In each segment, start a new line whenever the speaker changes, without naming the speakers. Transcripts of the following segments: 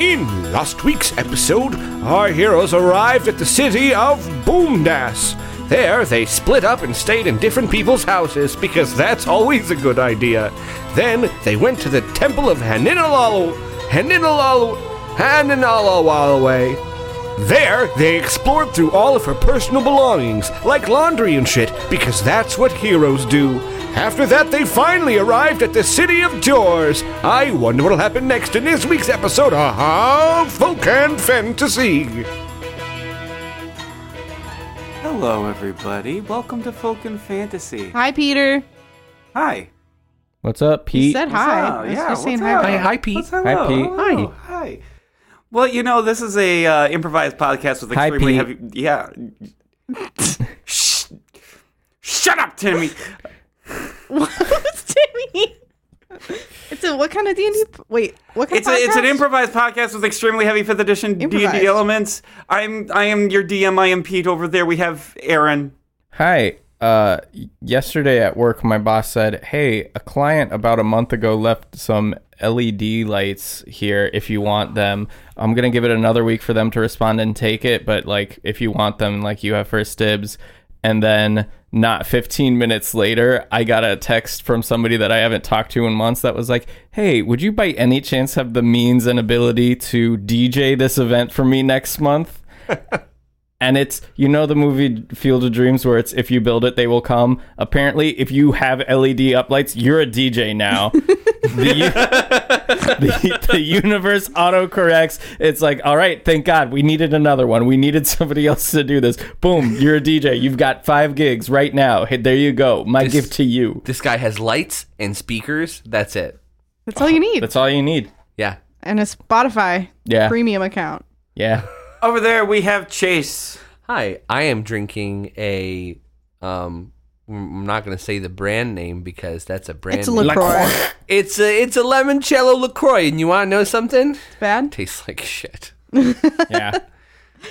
In last week's episode, our heroes arrived at the city of Boomdas. There, they split up and stayed in different people's houses because that's always a good idea. Then, they went to the temple of Haninalalu. Haninalalu. Haninalawalaway. There, they explored through all of her personal belongings, like laundry and shit, because that's what heroes do. After that, they finally arrived at the City of Doors. I wonder what'll happen next in this week's episode of Folk and Fantasy.
Hello, everybody. Welcome to Folk and Fantasy.
Hi, Peter.
Hi.
What's up,
He
Pete?
said hi.
Oh,
He's-
yeah.
he's
What's
saying
up?
hi.
Hi, hi, Pete.
What's hello?
Hi, Pete.
Hello. Hi. Well, you know, this is a uh, improvised podcast with
Hi,
extremely
Pete.
heavy. Yeah. Shh. Shut up, Timmy.
What's Timmy? It's a what kind of D and D? Wait, what kind
It's a,
of podcast?
it's an improvised podcast with extremely heavy fifth edition D and
Improvised.
D elements. I'm I am your DM. I am Pete. Over there we have Aaron.
Hi. Uh, y- yesterday at work, my boss said, "Hey, a client about a month ago left some LED lights here. If you want them, I'm gonna give it another week for them to respond and take it. But like, if you want them, like you have first dibs." And then, not 15 minutes later, I got a text from somebody that I haven't talked to in months that was like, "Hey, would you by any chance have the means and ability to DJ this event for me next month?" And it's you know the movie Field of Dreams where it's if you build it they will come. Apparently, if you have LED uplights, you're a DJ now. the, u- the, the universe autocorrects. It's like, all right, thank God we needed another one. We needed somebody else to do this. Boom, you're a DJ. You've got five gigs right now. Hey, there you go. My gift to you.
This guy has lights and speakers. That's it.
That's all you need,
That's all you need.
Yeah.
and a Spotify
Yeah.
premium account.
Yeah.
Over there we have Chase.
Hi, I am drinking a. Um, I'm not gonna say the brand name because that's a brand.
It's a
name.
Lacroix.
It's a it's a limoncello Lacroix, and you want to know something?
Bad.
Tastes like shit.
Yeah.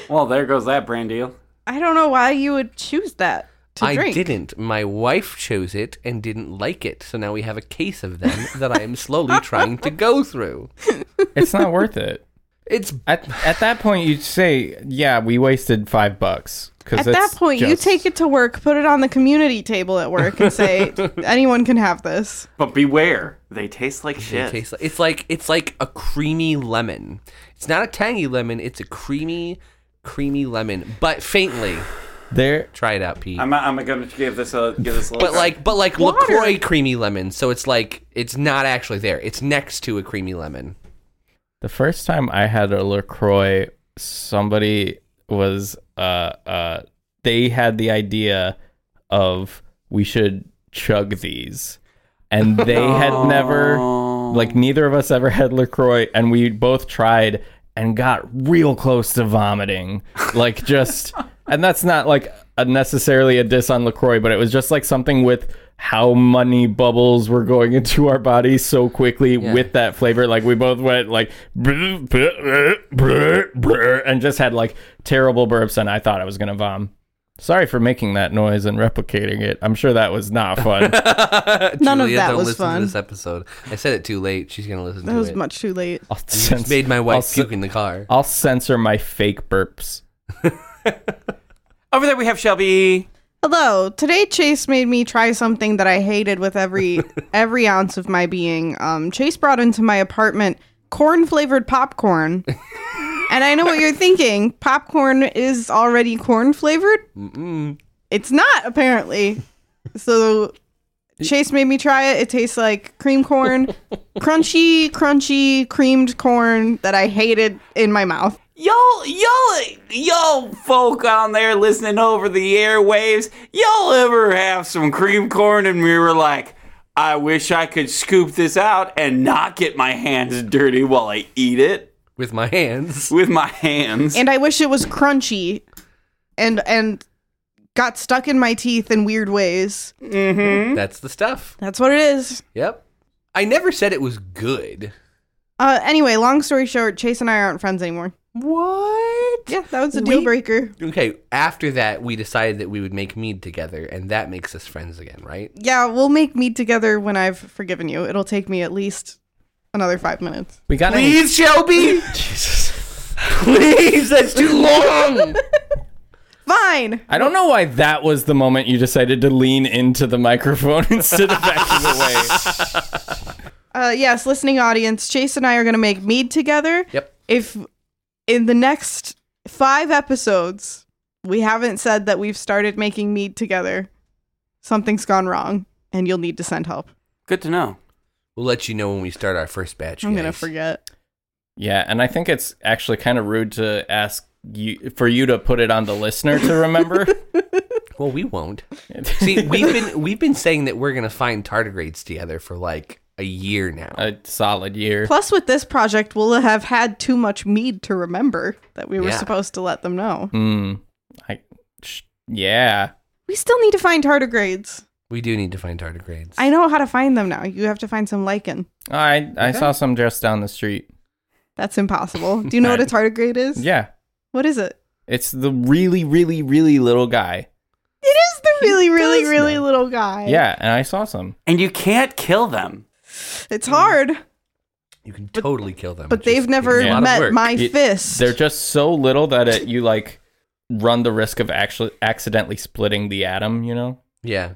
Well, there goes that brand deal.
I don't know why you would choose that to
I
drink.
didn't. My wife chose it and didn't like it, so now we have a case of them that I am slowly trying to go through.
it's not worth it.
It's
At at that point, you say, yeah, we wasted five bucks. 'cause
At that
it's
point, you
just-
take it to work, put it on the community table at work, and say anyone can have this.
But beware, they taste like
It
shit.
tastes like it's like it's like a creamy lemon. It's not a tangy lemon. It's a creamy, creamy lemon, but faintly.
there.
Try it out, Pete.
I'm, I'm gonna give this a give this a little.
but
try.
like, but like
Water.
Lacroix creamy lemon. So it's like it's not actually there. It's next to a creamy lemon.
The first time I had a LaCroix, somebody was uh uh they had the idea of we should chug these. And they had never like neither of us ever had LaCroix and we both tried and got real close to vomiting. Like just and that's not like a necessarily a diss on LaCroix, but it was just like something with how many bubbles were going into our bodies so quickly with that flavor. Like we both went like "Bleh, bleh, bleh, bleh," and just had like terrible burps, and I thought I was gonna vom. Sorry for making that noise and replicating it. I'm sure that was not fun.
None of
Julia,
that
don't
was
listen
fun.
to this episode. I said it too late. She's gonna listen
That
to
was
it.
much too late.
I'll,
Just
cens-
made my
I'll
wife
cen-
puke in the car.
I'll censor my fake burps.
over there we have Shelby.
Hello. Today Chase made me try something that I hated with every every ounce of my being. Um, Chase brought into my apartment corn flavored popcorn. and I know what you're thinking. Popcorn is already corn flavored? Mm-mm. It's not apparently. So Chase made me try it. It tastes like cream corn, crunchy, crunchy creamed corn that I hated in my mouth.
Y'all, y'all, y'all folk on there listening over the airwaves, y'all ever have some cream corn and we were like, I wish I could scoop this out and not get my hands dirty while I eat it
With my hands.
with my hands.
and I wish it was crunchy, and and got stuck in my teeth in weird ways.
Hmm?
That's the stuff.
That's what it is.
Yep. I never said it was good.
Uh, anyway, long story short, Chase and I aren't friends anymore.
What?
Yeah, that was a deal
We-
breaker.
Okay, after that, we decided that we would make mead together, and that makes us friends again, right?
Yeah, we'll make meat together when I've forgiven you. It'll take me at least another five minutes.
We got any?
Please, Shelby.
Jesus.
Please, that's too long.
Fine.
I don't know why that was the moment you decided to lean into the microphone instead of backing away.
Uh, yes, listening audience, Chase and I are going to make mead together.
Yep.
If in the next five episodes we haven't said that we've started making mead together, something's gone wrong, and you'll need to send help.
Good to know.
We'll let you know when we start our first batch.
I'm gonna
guys.
forget.
Yeah, and I think it's actually kind of rude to ask you for you to put it on the listener to remember.
Well, we won't. See, we've been we've been saying that we're gonna find tardigrades together for like a year now.
a solid year.
Plus, with this project, we'll have had too much mead to remember that we were
Yeah. Hmm.
supposed to let them know.
Mm, I, sh- yeah.
We still need to find tardigrades.
We do need to find tardigrades.
I know how to find them now. You have to find some lichen.
I I saw some just down the street.
That's impossible. Do you know what a tardigrade is?
Yeah,
What is it?
it's the really, really, really little guy.
It is the really, really,
does
really
know.
little guy.
Yeah, and I saw some.
And you can't kill them.
It's hard,
you can totally kill them.
but
It's just-
they've never
it's a lot of
met
work.
my
It-
fist.
They're just so little that it you like run the risk of actually accidentally splitting the atom. You know.
Yeah.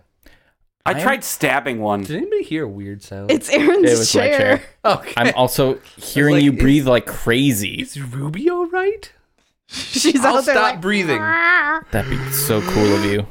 I, tried stabbing one.
Did anybody hear a weird sound?
it's Aaron's
It was my
chair.
chair.
okay.
I'm also hearing
like,
you
is-
breathe like crazy.
is Ruby all right?
She's
I'll
out there
stop
like,
breathing.
That'd be so cool of you.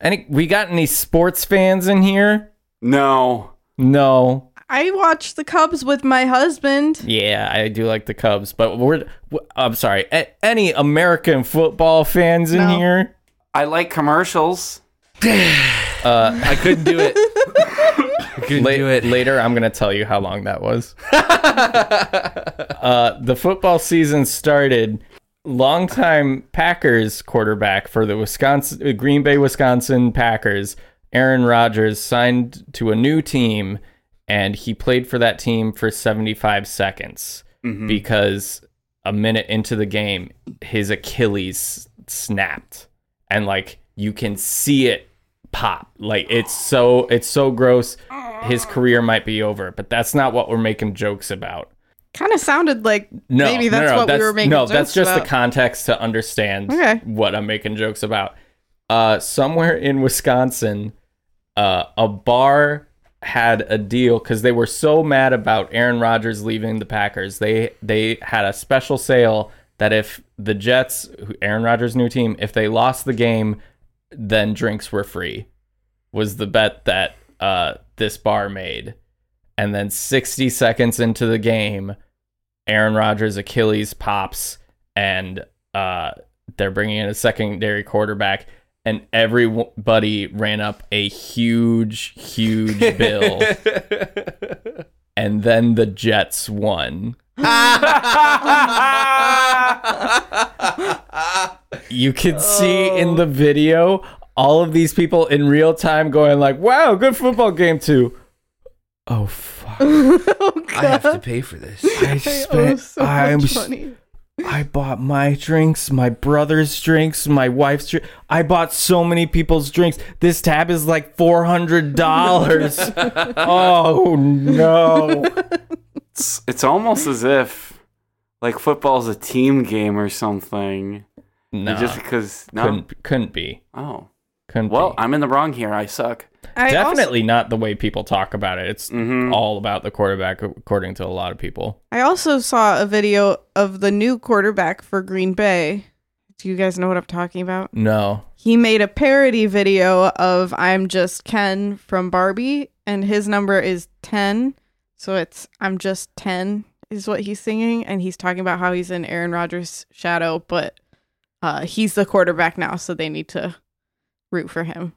Any we got any sports fans in here?
No.
No.
I watched the Cubs with my husband.
Yeah, I do like the Cubs, but we're w- I'm sorry. A- any American football fans in
No.
here?
I like commercials.
I couldn't do it. I couldn't
La-
do it.
Later, I'm gonna tell you how long that was. uh, the football season started. Longtime Packers quarterback for the Wisconsin, uh, Green Bay, Wisconsin Packers, Aaron Rodgers signed to a new team, and he played for that team for 75 seconds
Mm-hmm.
because a minute into the game, his Achilles snapped, and like you can see it pop. Like it's so it's so gross. His career might be over, but that's not what we're making jokes about.
Kind of sounded like
No,
maybe
no,
that's
no,
what
that's,
we were making.
No,
jokes
that's just
about.
the context to understand
Okay.
what I'm making jokes about. Uh, somewhere in Wisconsin, uh, a bar had a deal because they were so mad about Aaron Rodgers leaving the Packers. They they had a special sale that if the Jets, who- Aaron Rodgers' new team, if they lost the game, then drinks were free. Was the bet that uh, this bar made, and then 60 seconds into the game, Aaron Rodgers' Achilles pops, and uh, they're bringing in a secondary quarterback, and everybody ran up a huge, huge bill. and then the Jets won. you can see in
Oh.
the video all of these people in real time going like, "Wow, good football game too." Oh fuck!
I have to pay for this.
I
Oh,
spent.
so
I'm
much
s-
money.
I bought my drinks, my brother's drinks, my wife's drinks. I bought so many people's drinks. This tab is like four hundred dollars. oh no!
It's, it's almost as if like football's a team game or something.
No,
And Just because no.
couldn't couldn't be.
Oh.
Couldn't
Well,
be.
I'm in the wrong here. I suck.
I Also,
Definitely not the way people talk about it. It's
Mhm.
all about the quarterback, according to a lot of people.
I also saw a video of the new quarterback for Green Bay. Do you guys know what I'm talking about?
No,
He made a parody video of I'm Just Ken from Barbie, and his number is 10. So it's I'm Just 10 is what he's singing. And he's talking about how he's in Aaron Rodgers' shadow, but uh, he's the quarterback now, so they need to root for him.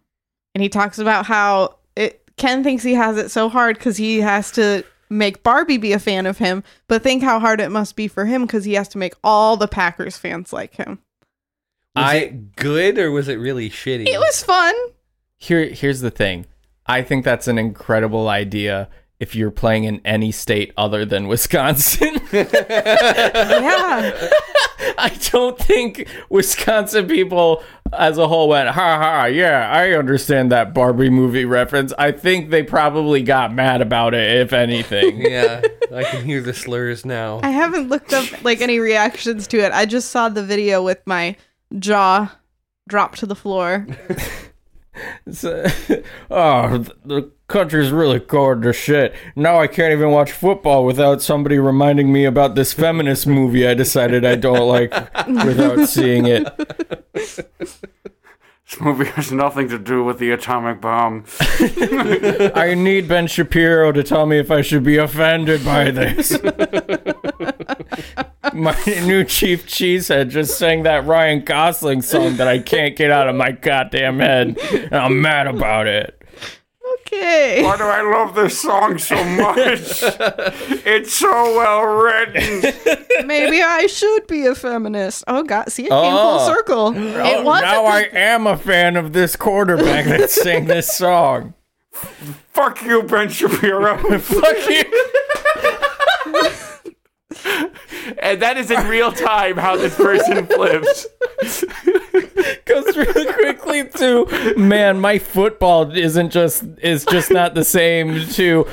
And he talks about how it, Ken thinks he has it so hard because he has to make Barbie be a fan of him, but think how hard it must be for him because he has to make all the Packers fans like him.
Was
I-
it good or was it really shitty?
It was fun.
here here's the thing i think that's an incredible idea if you're playing in any state other than wisconsin
Yeah.
i don't think wisconsin people as a whole went, ha ha, yeah, I understand that Barbie movie reference. I think they probably got mad about it, if anything.
Yeah, I can hear the slurs now.
I haven't looked up like any reactions to it. I just saw the video with my jaw dropped to the floor.
So- oh, th- the country's really going to shit. Now I can't even watch football without somebody reminding me about this feminist movie I decided I don't like without seeing it.
This movie has nothing to do with the atomic bomb.
I need Ben Shapiro to tell me if I should be offended by this. my new chief cheesehead just sang that Ryan Gosling song that I can't get out of my goddamn head, and I'm mad about it.
Okay.
Why do I love this song so much? it's so well written.
Maybe I should be a feminist. Oh god, see it came
Oh.
full circle. it wasn't
now I am a fan of this quarterback that sang this song.
Fuck you, Ben Shapiro.
Fuck you.
and that is in real time how this person flips.
Goes really quickly to man, my football isn't just is just not the same to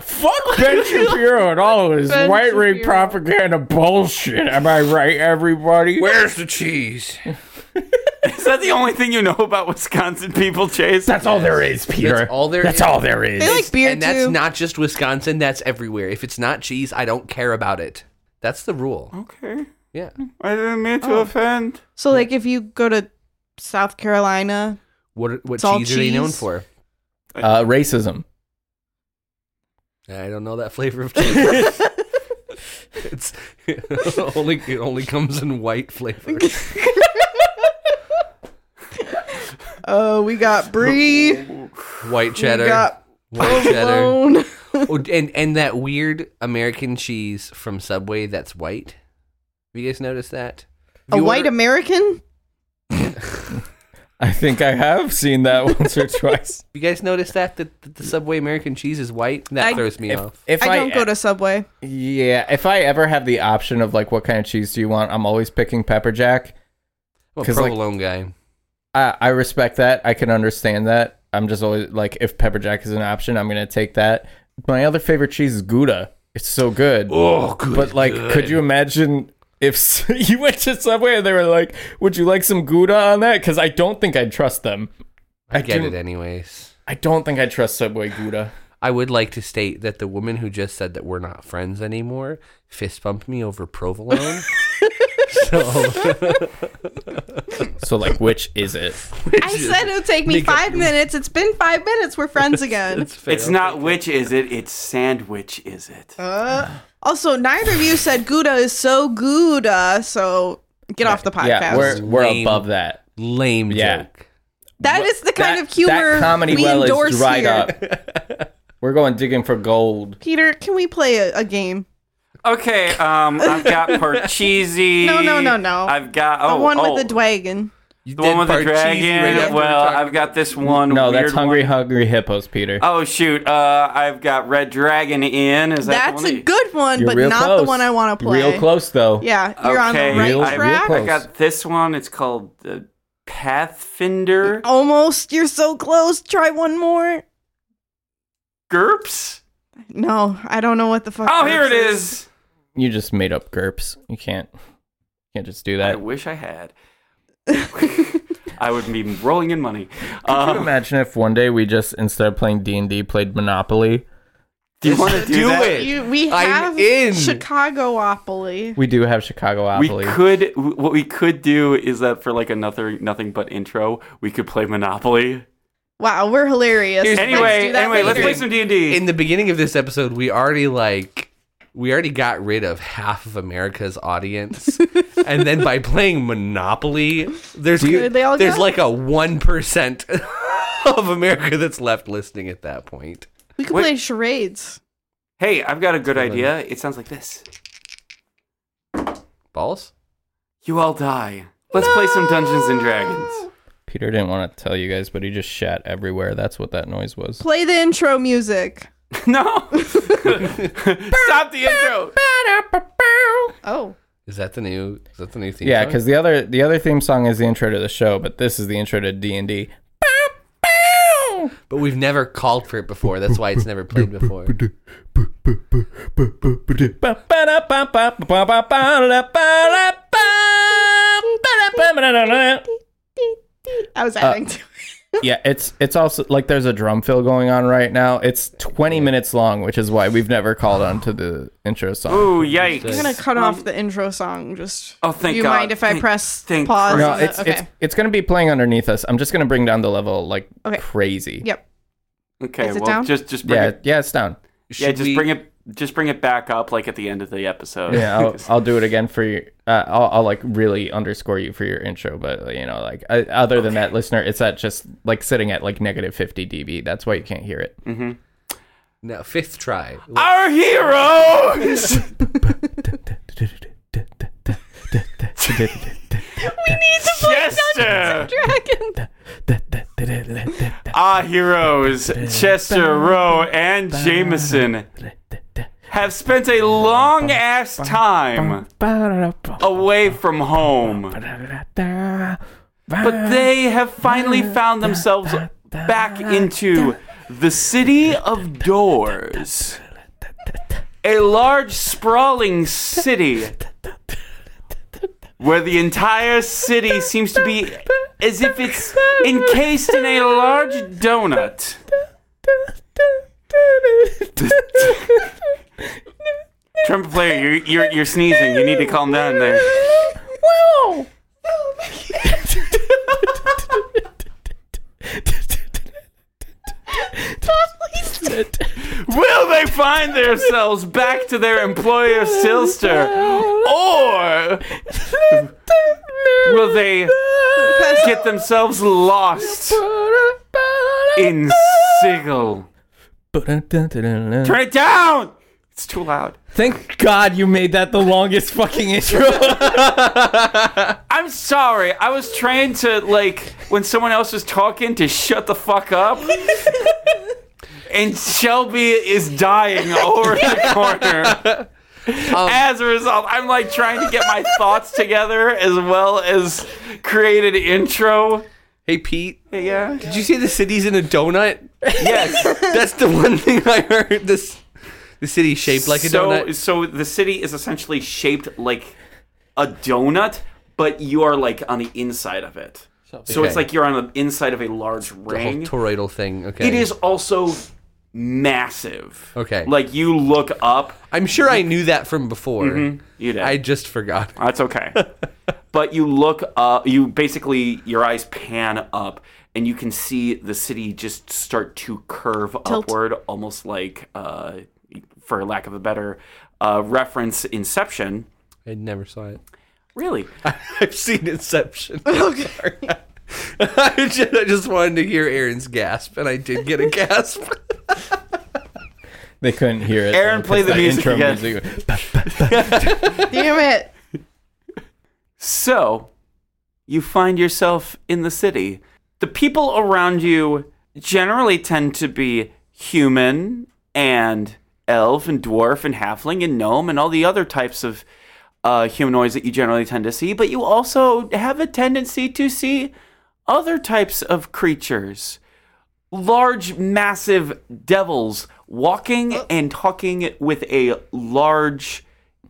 fuck Ben Shapiro and all of his
Ben
white ring
Shapiro.
propaganda bullshit. Am I right, everybody?
Where's the cheese?
Is that the only thing you know about Wisconsin people, Chase?
That's all there is, Peter.
That's all there
That's
is.
all there is.
They like beer
and that's
too.
not just Wisconsin. That's everywhere. If it's not cheese, I don't care about it. That's the
Oh.
rule.
okay. Oh.
Yeah.
I didn't mean to offend.
so like if you go to South Carolina,
What what
It's all
cheese, are they known
cheese.
for?
uh, racism.
I don't know that flavor of cheese. it's it only it only comes in white flavor.
oh, we got brie, we
White cheddar.
got
white cheddar.
provolone.
Oh, and and that weird American cheese from Subway that's white. Have you guys noticed that?
a
You
white
order-
American?
I think I have seen that once or twice.
You guys notice that that that the Subway American cheese is white? That
I-
throws me off.
If
I don't go to Subway.
yeah, if I ever have the option of like what kind of cheese do you want, I'm always picking pepper jack.
I'm a
'Cause, like-
provolone guy.
I, I respect that. I can understand that. I'm just always like, if pepper jack is an option, I'm gonna take that. My other favorite cheese is Gouda. It's so good.
Oh, good.
but like, could you imagine if s- you went to Subway and they were like, "Would you like some Gouda on that?" Because I don't think I'd trust them.
I get
do-
it anyways.
I don't think I trust Subway Gouda.
I would like to state that the woman who just said that we're not friends anymore fist bumped me over provolone. so
So like, which is it?
I said it would take me five minutes. It's been five minutes. We're friends again.
It's not which is it, it's sandwich is it.
Also, neither of you said Gouda is so Gouda, so get off the podcast.
Yeah, we're we're
Lame.
above that.
lame
Yeah.
joke.
That is the kind
That-
of humor
that comedy
we
well
endorse
is dried
here.
up. We're going digging for gold.
Peter, can we play a, a game?
Okay, um, I've got Parcheesi.
No, no, no, no.
I've got oh,
the one
oh,
with the dragon.
You
the one
did
with the
part cheese right
dragon.
after we
well,
talked
I've got this one.
No,
weird
that's hungry,
One.
hungry hippos, Peter.
Oh shoot! Uh, I've got Red Dragon in. Is that
That's
the one
a good one,
You're
but
real
not the
close.
one I want to play.
Real close though.
Yeah,
That,
you're
okay,
on the right
Real-
I,
track.
real
I got this one. It's called uh, Pathfinder.
Oh. Almost. You're so close. Try one more.
Gerps.
No, I don't know what the fuck.
Oh,
this
here it is.
You just made up GURPS. You can't can't just do
I
that.
wish I had. I would be rolling in money.
Can you
Um,
imagine if one day we just instead of playing D and D played Monopoly?
do you want to do,
Do
that?
it.
You, we
I'm
have
in.
Chicagoopoly.
We do have Chicagopoly.
We could. What we could do is that for like another nothing but intro, we could play Monopoly.
Wow, we're hilarious.
Here's-
Let's
Anyway,
do that
anyway, let's
later.
play some D and D.
In the beginning of this episode, we already like we already got rid of half of America's audience, and then by playing Monopoly, there's
Where'd they all
there's
go?
like a one percent of America that's left listening at that point.
We could
Wait.
play charades.
Hey, I've got a good idea. It sounds like this.
Balls.
You all die. Let's play some Dungeons and Dragons.
Peter didn't want to tell you guys, but he just shat everywhere. That's what that noise was.
Play the intro music.
no. Stop the intro.
Oh,
Is Is that the new? Is that the new theme?
Yeah,
song?
because the other the other theme song is the intro to the show, but this is the intro to D and D.
but we've never called for it before. That's why it's never played before.
I was adding to
Yeah, it's it's also like there's a drum fill going on right now. It's 20 minutes long, which is why we've never called on to the intro song.
Ooh, yikes.
I'm
I'm gonna cut off the intro song. Just
Oh, thank
Do you
God.
mind if I
Thank-
press
thank
pause?
Christ.
No,
on the-
it's
Oh, okay.
it's it's going to be playing underneath us. I'm just going to bring down the level like
Okay.
crazy.
yep.
Okay,
Is it
well,
down?
just just bring
Yeah,
it.
yeah, it's down.
Yeah,
Should
just
we-
bring it. Just bring it back up, like at the end of the episode.
Yeah, I'll, I'll do it again for you. Uh, I'll, I'll like really underscore you for your intro, but you know, like uh, other than that, listener, it's at just like sitting at like negative 50 dB. That's why you can't hear
Mm.
it.
No, fifth try.
Our heroes. Chester.
Dragon.
Our heroes, Chester, Rowe, and Jameson, have spent a long ass time away from home, but they have finally found themselves back into the city of doors. A large, sprawling city where the entire city seems to be as if it's encased in a large donut. Trumpet player, you're, you're, you're sneezing. You need to calm down there. Will they find themselves back to their employer, Silster? Or will they get themselves lost in Sigil? Turn it down! It's too loud.
Thank God you made that the longest fucking intro.
I'm sorry. I was trying to like when someone else was talking to shut the fuck up. and Shelby is dying over the corner. as a result, I'm like trying to get my thoughts together as well as create an intro.
Hey Pete,
Yeah.
did you see the city's in a donut?
Yes.
That's the one thing I heard. This the city shaped like a
so,
donut.
So the city is essentially shaped like a donut, but you are like on the inside of it. So it's
Okay.
like you're on the inside of a large
The whole
ring.
toroidal thing. Okay.
It is also massive.
Okay.
Like you look up,
I'm sure I knew that from before.
Mm-hmm. you did.
I just forgot.
That's okay. but you look up, you basically, your eyes pan up and you can see the city just start to curve upward, almost like, uh, for lack of a better uh, reference, Inception.
I never saw it.
Really?
I've seen Inception. Okay. I just, I just wanted to hear Aaron's gasp, and I did get a gasp.
they couldn't hear it.
Aaron, play the
That
music
intro
again.
Damn it.
So, you find yourself in the city. The people around you generally tend to be human and elf and dwarf and halfling and gnome and all the other types of uh, humanoids that you generally tend to see, but you also have a tendency to see other types of creatures. Large, massive devils walking and talking with a large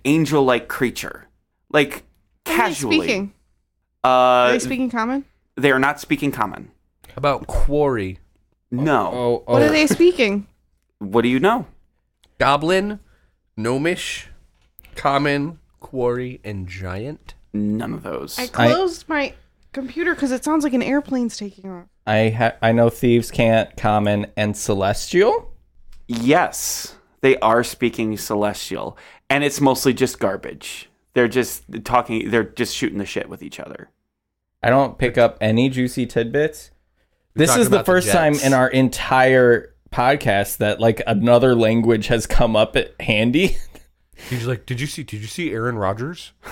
angel like creature. Like
What are they
casually.
speaking? Are
Uh,
they speaking common?
they are not speaking common.
About quarry,
No.
Oh,
What are
oh.
they speaking?
What do you know?
goblin, gnomish, common, quarry, and giant.
None of those.
I closed my computer because it sounds like an airplane's taking off.
I ha- I know thieves can't common and celestial.
yes, they are speaking celestial, and it's mostly just garbage. They're just talking. They're just shooting the shit with each other.
I don't pick up any juicy tidbits. This
talking
is the
about the
first time
Jets.
in our entire podcast that like another language has come up at handy.
He's like, did you see? Did you see Aaron Rodgers?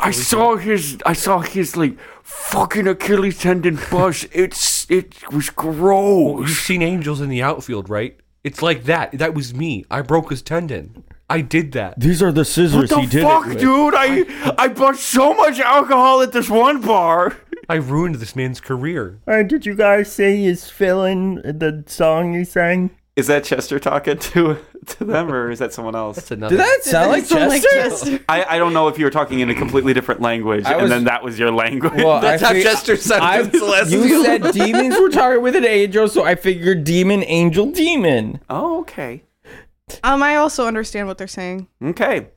I saw his. I saw his like fucking Achilles tendon bust. It's it was gross.
You've seen angels in the outfield, right? It's like that. That was me. I broke his tendon. I did that.
These are the scissors
The fuck, dude! I I bought so much alcohol at this one bar.
I ruined this man's career.
Uh, did you guys say he's filling the song he sang?
Is that Chester talking to to them, or is that someone else?
That's another.
Did that sound like Chester?
I, I don't know if you were talking in a completely different language,
was-
and then that was your language.
Well,
That's how
actually,
Chester
I,
sounded. Celeste.
you said demons were targeted with an angel, so I figured demon, angel, demon.
oh, okay,
Um, I also understand what they're saying.
okay.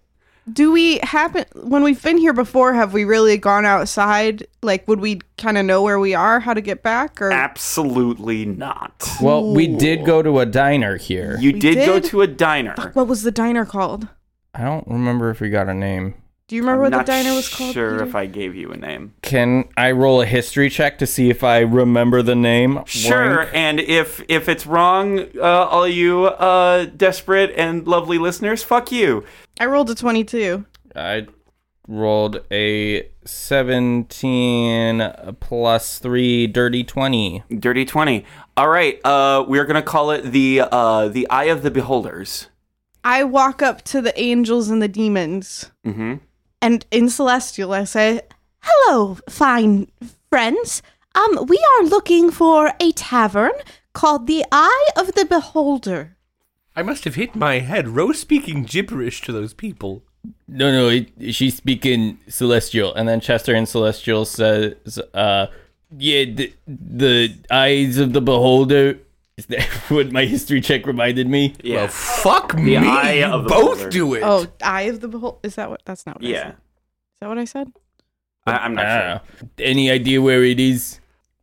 Do we happen when we've been here before? Have we really gone outside? Like, would we kind of know where we are, how to get back, or
Absolutely not.
Well, we did go to a diner here.
You
We
did, go
did?
to a diner.
what was the diner called?
I don't remember if we got a name.
Do you remember
I'm
what
not
the diner was called?
sure
Peter?
if I gave you a name.
Can I roll a history check to see if I remember the name?
Sure,
Warren?
and if if it's wrong, uh, all you uh, desperate and lovely listeners, fuck you.
I rolled a twenty-two.
I rolled a 17 plus 3 dirty 20.
Dirty twenty. All right, uh, we're gonna call it the uh, the Eye of the Beholders.
I walk up to the angels and the demons,
Mm-hmm.
and in celestial, I say,
Hello, fine friends. Um, we are looking for a tavern called the Eye of the Beholder.
I must have hit my head. Rose speaking gibberish to those people.
No, no, it, she's speaking celestial. And then Chester and Celestial says, uh, yeah, the, the eyes of the beholder. Is that what my history check reminded me?
Yeah.
Well, fuck me.
eye
you
of the
both
beholder.
do it.
"Oh, eye of the behold." Is that what? That's not what. I said.
yeah.
Is that what I said?
I, I'm not sure.
Ah, any idea where it is?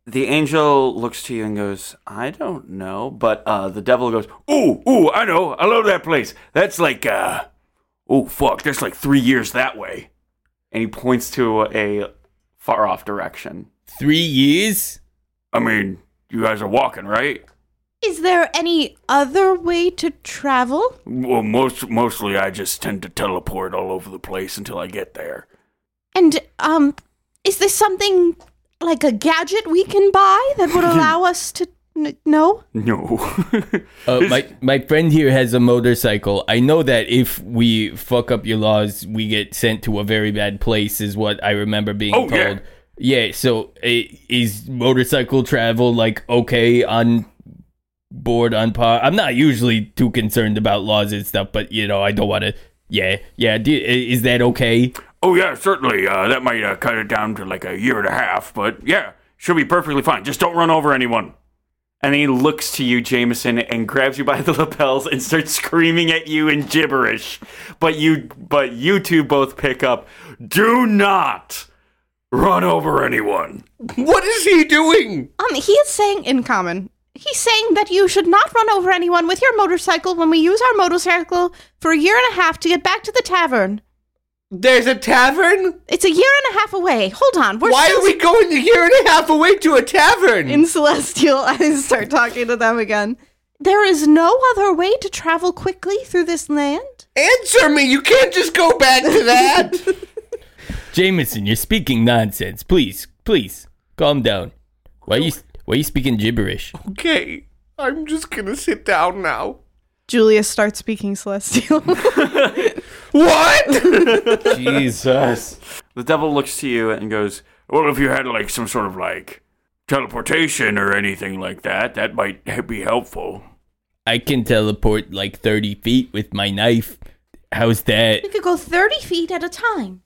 The angel looks to you and goes, I don't know. But uh, the devil goes, Ooh, ooh, I know. I love that place. That's like, uh, oh, fuck, that's like three years that way. And he points to a far off direction.
Three years?
I mean, you guys are walking, right?
Is there any other way to travel?
Well, most mostly I just tend to teleport all over the place until I get there.
And um, is this something like a gadget we can buy that would allow us to n- know?
No.
Uh, my my friend here has a motorcycle. I know that if we fuck up your laws, we get sent to a very bad place. Is what I remember being
Oh, yeah.
told. Yeah. So i- is motorcycle travel like okay on board on par? I'm not usually too concerned about laws and stuff, but you know I don't want to. Yeah, yeah. Do, i- is that okay?
oh, yeah, certainly. Uh, that might uh, cut it down to like a year and a half. But yeah, should be perfectly fine. Just don't run over anyone. And he looks to you, Jameson, and grabs you by the lapels and starts screaming at you in gibberish. But you, but you two both pick up. Do not run over anyone.
What is he doing?
Um, he is saying
In common,
he's saying that you should not run over anyone with your motorcycle when we use our motorcycle for a year and a half to get back to the tavern.
There's a tavern?
It's a year and a half away. Hold on, we're
Why
still
are we going a year and a half away to a tavern?
in celestial, I start talking to them again.
There is no other way to travel quickly through this land?
Answer me. You can't just go back to that.
Jameson, you're speaking nonsense. Please, please, calm down. Why you why you speaking gibberish?
okay. I'm just going to sit down now.
Julius starts speaking celestial.
What?
Jesus.
The devil looks to you and goes, Well, if you had like some sort of like teleportation or anything like that, that might be helpful.
I can teleport like 30 feet with my knife. How's that?
We could go 30 feet at a time.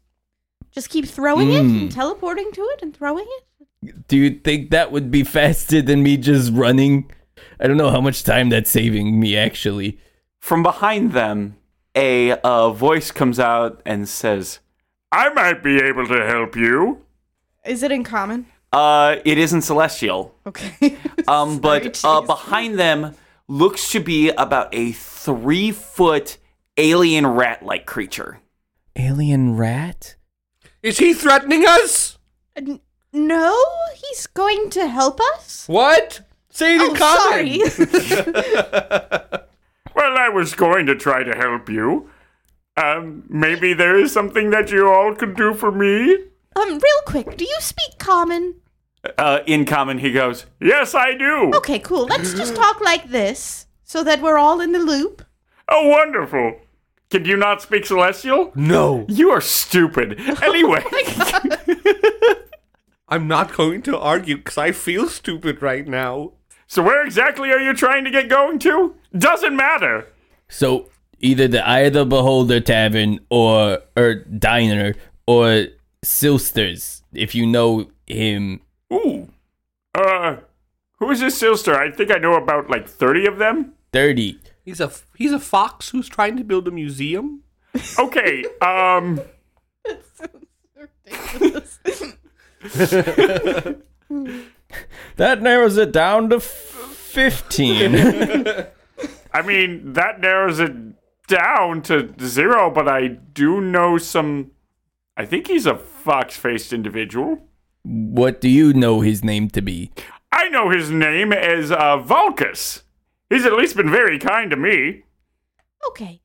Just keep throwing it and teleporting to it and throwing it.
Do you think that would be faster than me just running? I don't know how much time that's saving me actually.
From behind them, a uh, voice comes out and says, I might be able to help you.
Is it in common?
Uh, it isn't celestial.
Okay.
Um, but
Sorry,
uh,
Jason.
behind them looks to be about a three foot alien rat like creature.
Alien rat?
is he threatening us?
N- no, he's going to help us?
What? Say it
Oh,
in common.
sorry.
Well, I was going to try to help you. Um, maybe there is something that you all could do for me.
um, real quick, do you speak common?
Uh, in common, he goes, Yes, I do.
Okay, cool. Let's just talk like this so that we're all in the loop.
Oh, wonderful.
Can you not speak celestial?
No,
You are stupid. Anyway,
I'm not going to argue because I feel stupid right now.
so where exactly are you trying to get going to? Doesn't matter.
So either the Eye of the Beholder Tavern or or Diner or Silsters, if you know him.
Ooh. Uh, who is this sister? I think I know about like 30 of them.
Thirty.
He's a he's a fox who's trying to build a museum.
Okay, um,
That narrows it down to f- fifteen.
I mean, that narrows it down to zero, but I do know some. I think he's a fox faced individual.
what do you know his name to be?
I know his name is uh, Vulcus. He's at least been very kind to me.
Okay.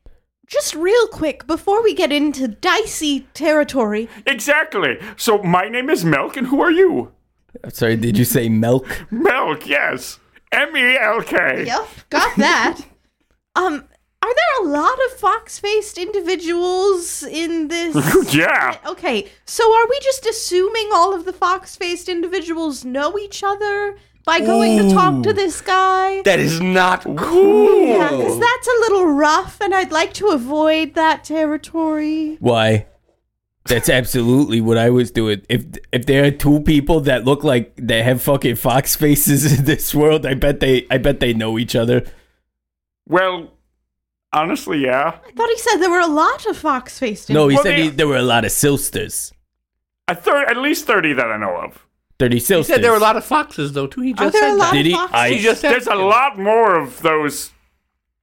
Just real quick, before we get into dicey territory,
Exactly. So my name is Melk, and who are you?
I'm sorry, did you say milk?
Melk, yes. M E L K.
Yep, got that. um, are there a lot of fox-faced individuals in this?
Yeah.
okay, so are we just assuming all of the fox-faced individuals know each other by going to talk to this guy?
That is not cool.
Yeah, 'cause that's a little rough, and I'd like to avoid that territory.
Why? That's absolutely what I was doing. If if there are two people that look like they have fucking fox faces in this world, I bet they I bet they know each other.
Well, honestly, yeah.
I thought he said there were a lot of fox-faced.
No, he
Well,
said
they-
he, there were a lot of silsters.
A thir- at least 30 that I know of.
Thirty silsters.
He said there were a lot of foxes though too. He
Are
just
there
said
a lot
that.
Did
of
he?
fox?
I-
He just said
There's a lot more of those.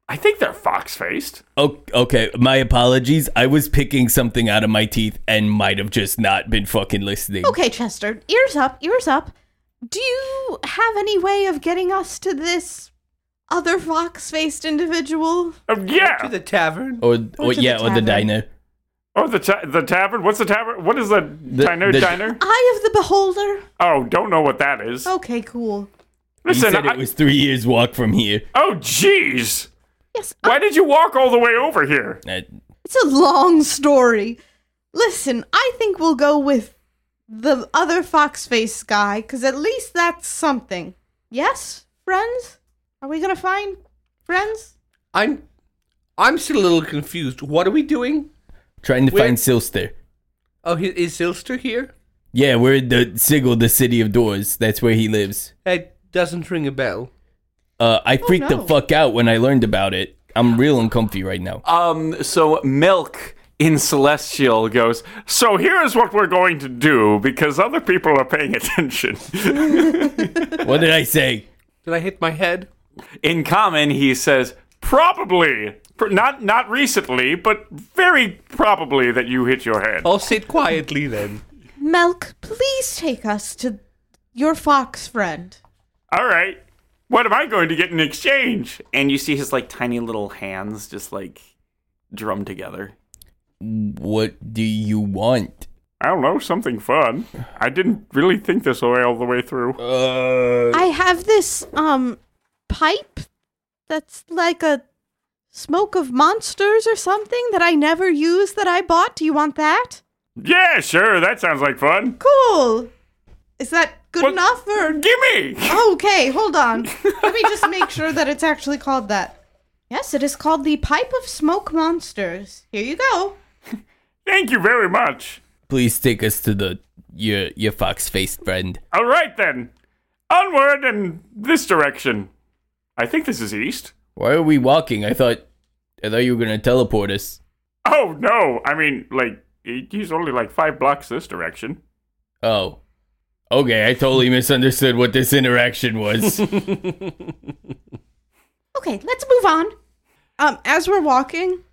I think they're fox faced.
O- okay, my apologies. I was picking something out of my teeth and might have just not been fucking listening.
Okay, Chester, ears up, ears up. Do you have any way of getting us to this other fox faced individual?
Uh, yeah.
to the tavern.
Or,
Or
or
to
yeah,
the
or the
tavern.
diner.
Oh, the ta- the tavern. What's the tavern? What is the, diner?
the-
diner?
Eye of the Beholder?
Oh, don't know what that is.
Okay, cool.
he
Listen,
said
I-
it was three years walk from here.
oh, jeez.
Yes, I-
Why did you walk all the way over here?
Uh,
it's a long story. Listen, I think we'll go with the other fox faced guy, because at least that's something. Yes, friends? Are we gonna find friends?
I'm I'm still a little confused. What are we doing?
trying to
Where-
find Silster.
Oh, he- is Silster here?
Yeah, we're in the Sigil, the city of doors. That's where he lives.
That doesn't ring a bell.
Uh, I freaked
no.
the fuck out when I learned about it. I'm real uncomfy right now.
Um, so Milk in Celestial goes, So here's what we're going to do because other people are paying attention.
what did I say?
Did I hit my head?
in common, he says, Probably. Pr- Not not recently, but very probably that you hit your head.
I'll sit quietly then.
Melk, please take us to your fox friend.
all right what am i going to get in exchange and you see his like tiny little hands just like drummed together
What do you want?
i don't know something fun i didn't really think this way all the way through
Uh,
I have this um pipe that's like a smoke of monsters or something that I never use that I bought. Do you want that?
yeah sure that sounds like fun
Cool. Is that good
What-
enough or
gimme
Okay, hold on. Let me just make sure that it's actually called that. Yes, it is called the Pipe of Smoke Monsters. Here you go.
thank you very much
please take us to the your your fox faced friend.
all right then onward in this direction i think this is east
Why are we walking? I thought I thought you were gonna teleport us.
oh no i mean like he- he's only like five blocks this direction
Oh. Okay, I totally misunderstood what this interaction was.
Okay, let's move on.
Um, as we're walking,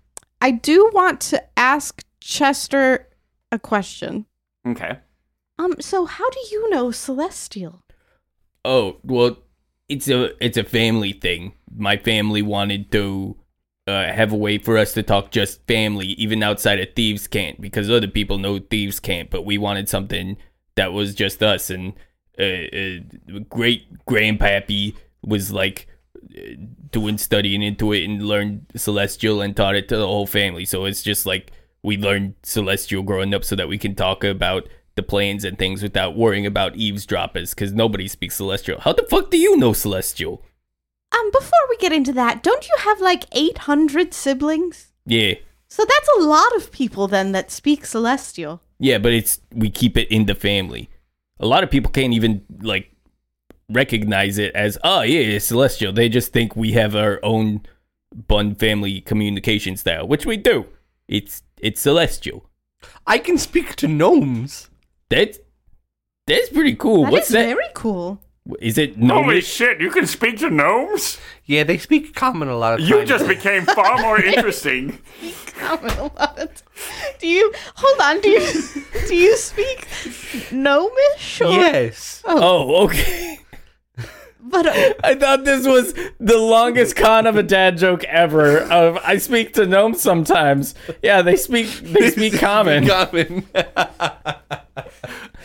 I do want to ask Chester a question.
okay
Um, so how do you know Celestial?
oh, well, it's a it's a family thing. My family wanted to uh, have a way for us to talk just family, even outside of Thieves Can't, because other people know Thieves Can't, but we wanted something that was just us. And uh, uh, great grandpappy was like
uh, doing studying into it and learned celestial and taught it to the whole family. So it's just like we learned celestial growing up so that we can talk about the planes and things without worrying about eavesdroppers because nobody speaks celestial. How the fuck do you know celestial?
Um, before we get into that, don't you have like 800 siblings?
Yeah.
So that's a lot of people then that speak celestial.
Yeah, but it's we keep it in the family. A lot of people can't even like recognize it as oh yeah, it's celestial. They just think we have our own bun family communication style, which we do. It's it's celestial.
I can speak to gnomes.
That's that's pretty cool.
That is
What's that?
very cool.
Is it no?
Holy shit, you can speak to gnomes?
Yeah, they speak common a lot of
You
times.
just became far more interesting.
Common a lot. Do you hold on? Do you do you speak gnomish? Or,
Yes.
Oh, okay.
But uh,
I thought this was the longest con of a dad joke ever. Of I speak to gnomes sometimes. Yeah, they speak. They speak common.
Common.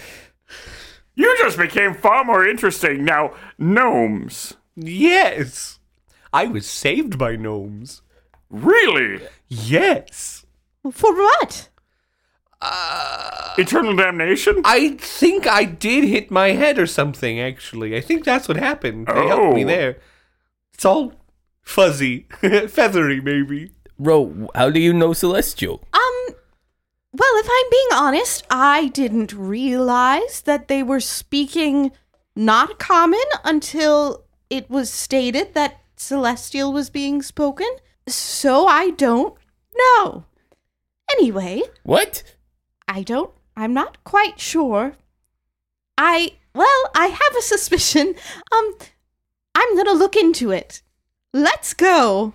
You just became far more interesting. Now, gnomes.
yes. I was saved by gnomes.
Really?
Yes.
for what?
Uh,
Eternal damnation?
I think I did hit my head or something, actually. I think that's what happened. They helped me
Oh.
there. It's all fuzzy, feathery, maybe.
Bro, how do you know celestial?
Um. Well, if I'm being honest, I didn't realize that they were speaking not common until it was stated that celestial was being spoken. So I don't know. Anyway,
What?
I don't. I'm not quite sure. I well, I have a suspicion. Um, I'm gonna look into it. Let's go.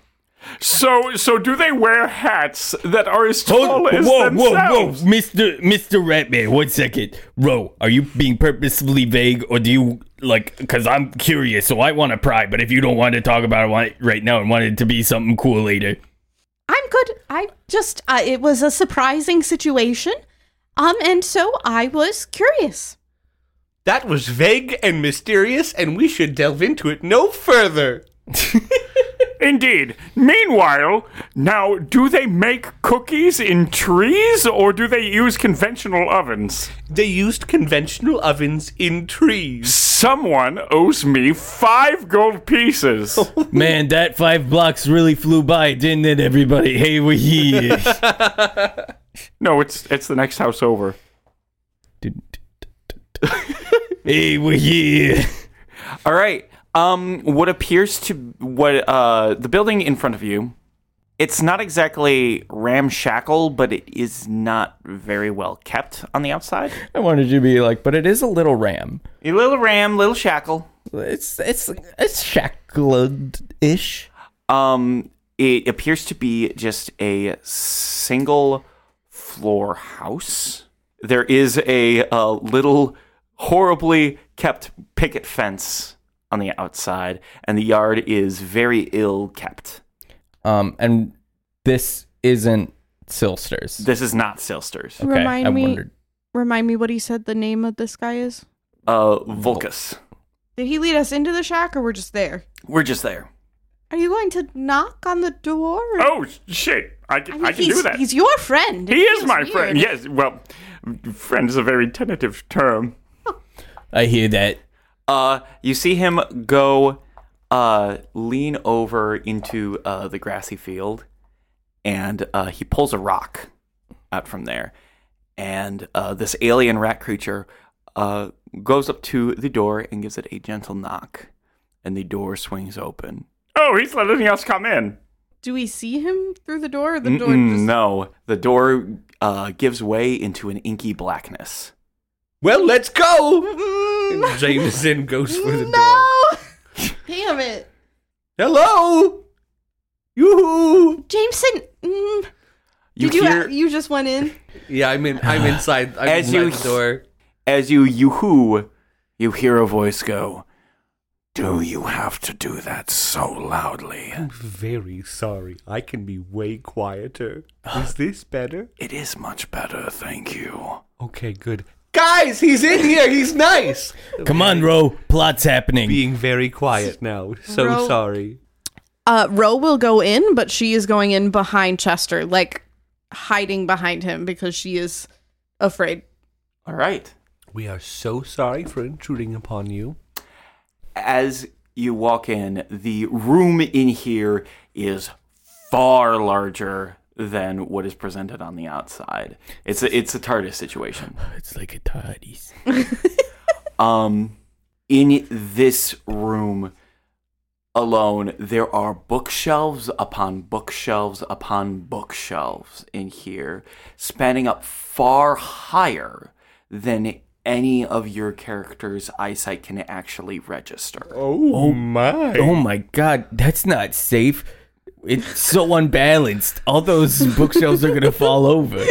So, so do they wear hats that are as tall
Hold,
as
whoa, whoa, whoa,
themselves?
Mister Mister Ratman, one second, bro. Are you being purposefully vague, or do you like? Because I'm curious, so I want to pry. But if you don't want to talk about it want- right now and want it to be something cool later,
I'm good. I just uh, it was a surprising situation. Um, and so I was curious.
That was vague and mysterious, and we should delve into it no further.
Indeed. Meanwhile, now do they make cookies in trees or do they use conventional ovens?
They used conventional ovens in trees.
Someone owes me five gold pieces.
man, that five blocks really flew by, didn't it, everybody? Hey, we here.
no, it's it's the next house over.
hey, we here.
All right. Um, what appears to what uh the building in front of you, it's not exactly ramshackle, but it is not very well kept on the outside.
I wanted you to be like, but it is a little ram.
A little ram, little shackle.
It's it's it's shackled ish.
Um, it appears to be just a single floor house. There is a, uh little horribly kept picket fence on the outside, and the yard is very ill kept.
Um, and this isn't Silsters.
This is not Silsters.
okay,
Remind
I
me-
wondered.
Remind me what he said the name of this guy is.
Uh, Vulcus.
Did he lead us into the shack or we're just there?
We're just there.
Are you going to knock on the door?
Oh shit! I can, I
mean,
can
he's,
do that.
He's your friend.
he is my
weird.
friend. Yes. Well, friend is a very tentative term.
I hear that.
Uh, you see him go, uh, lean over into uh, the grassy field, and uh, he pulls a rock out from there, and uh, this alien rat creature uh, goes up to the door and gives it a gentle knock, and the door swings open.
Oh, he's letting us come in.
Do we see him through the door or the door
Mm-mm,
just
No, the door uh, gives way into an inky blackness.
Well, let's go! And Jameson goes for the door.
No! Damn it.
Hello! Yoo-hoo!
Jameson, mm,
You
Did you
hear
you just went in?
Yeah, I'm in. I'm inside. I'm
As
inside
you-
the door.
as you yoo-hoo, you hear a voice go, "Do you have to do that so loudly?"
Very sorry. I can be way quieter. Is this better?
It is much better, thank you.
Okay, good. guys, he's in here. He's nice.
Come on, Ro. Plot's happening.
Being very quiet now. So
Ro-
sorry.
Uh, Ro will go in, but she is going in behind Chester, like hiding behind him because she is afraid.
All right.
We are so sorry for intruding upon you.
As you walk in, the room in here is far larger than what is presented on the outside. It's a, it's a TARDIS situation.
it's like a TARDIS.
Um, in this room alone, there are bookshelves upon bookshelves upon bookshelves in here, spanning up far higher than any of your characters' eyesight can actually register.
Oh my. Oh my god, that's not safe. It's so unbalanced. All those bookshelves are going to fall over.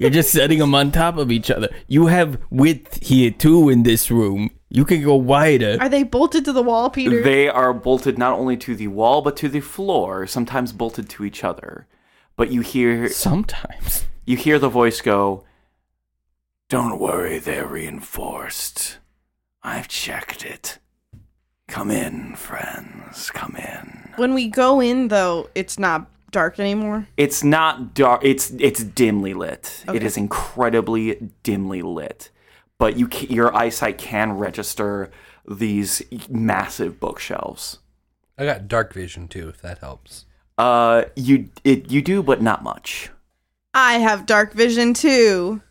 You're just setting them on top of each other. You have width here too in this room. You can go wider.
Are they bolted to the wall, Peter?
They are bolted not only to the wall but to the floor, sometimes bolted to each other. But you hear
Sometimes.
you hear the voice go, Don't worry, they're reinforced. I've checked it. Come in, friends, come in.
when we go in, though, it's not dark anymore.
It's not dark it's it's dimly lit. It
Okay.
is incredibly dimly lit. But you ca your eyesight can register these massive bookshelves.
I got dark vision too, if that helps.
Uh you it you do but not much.
I have dark vision too.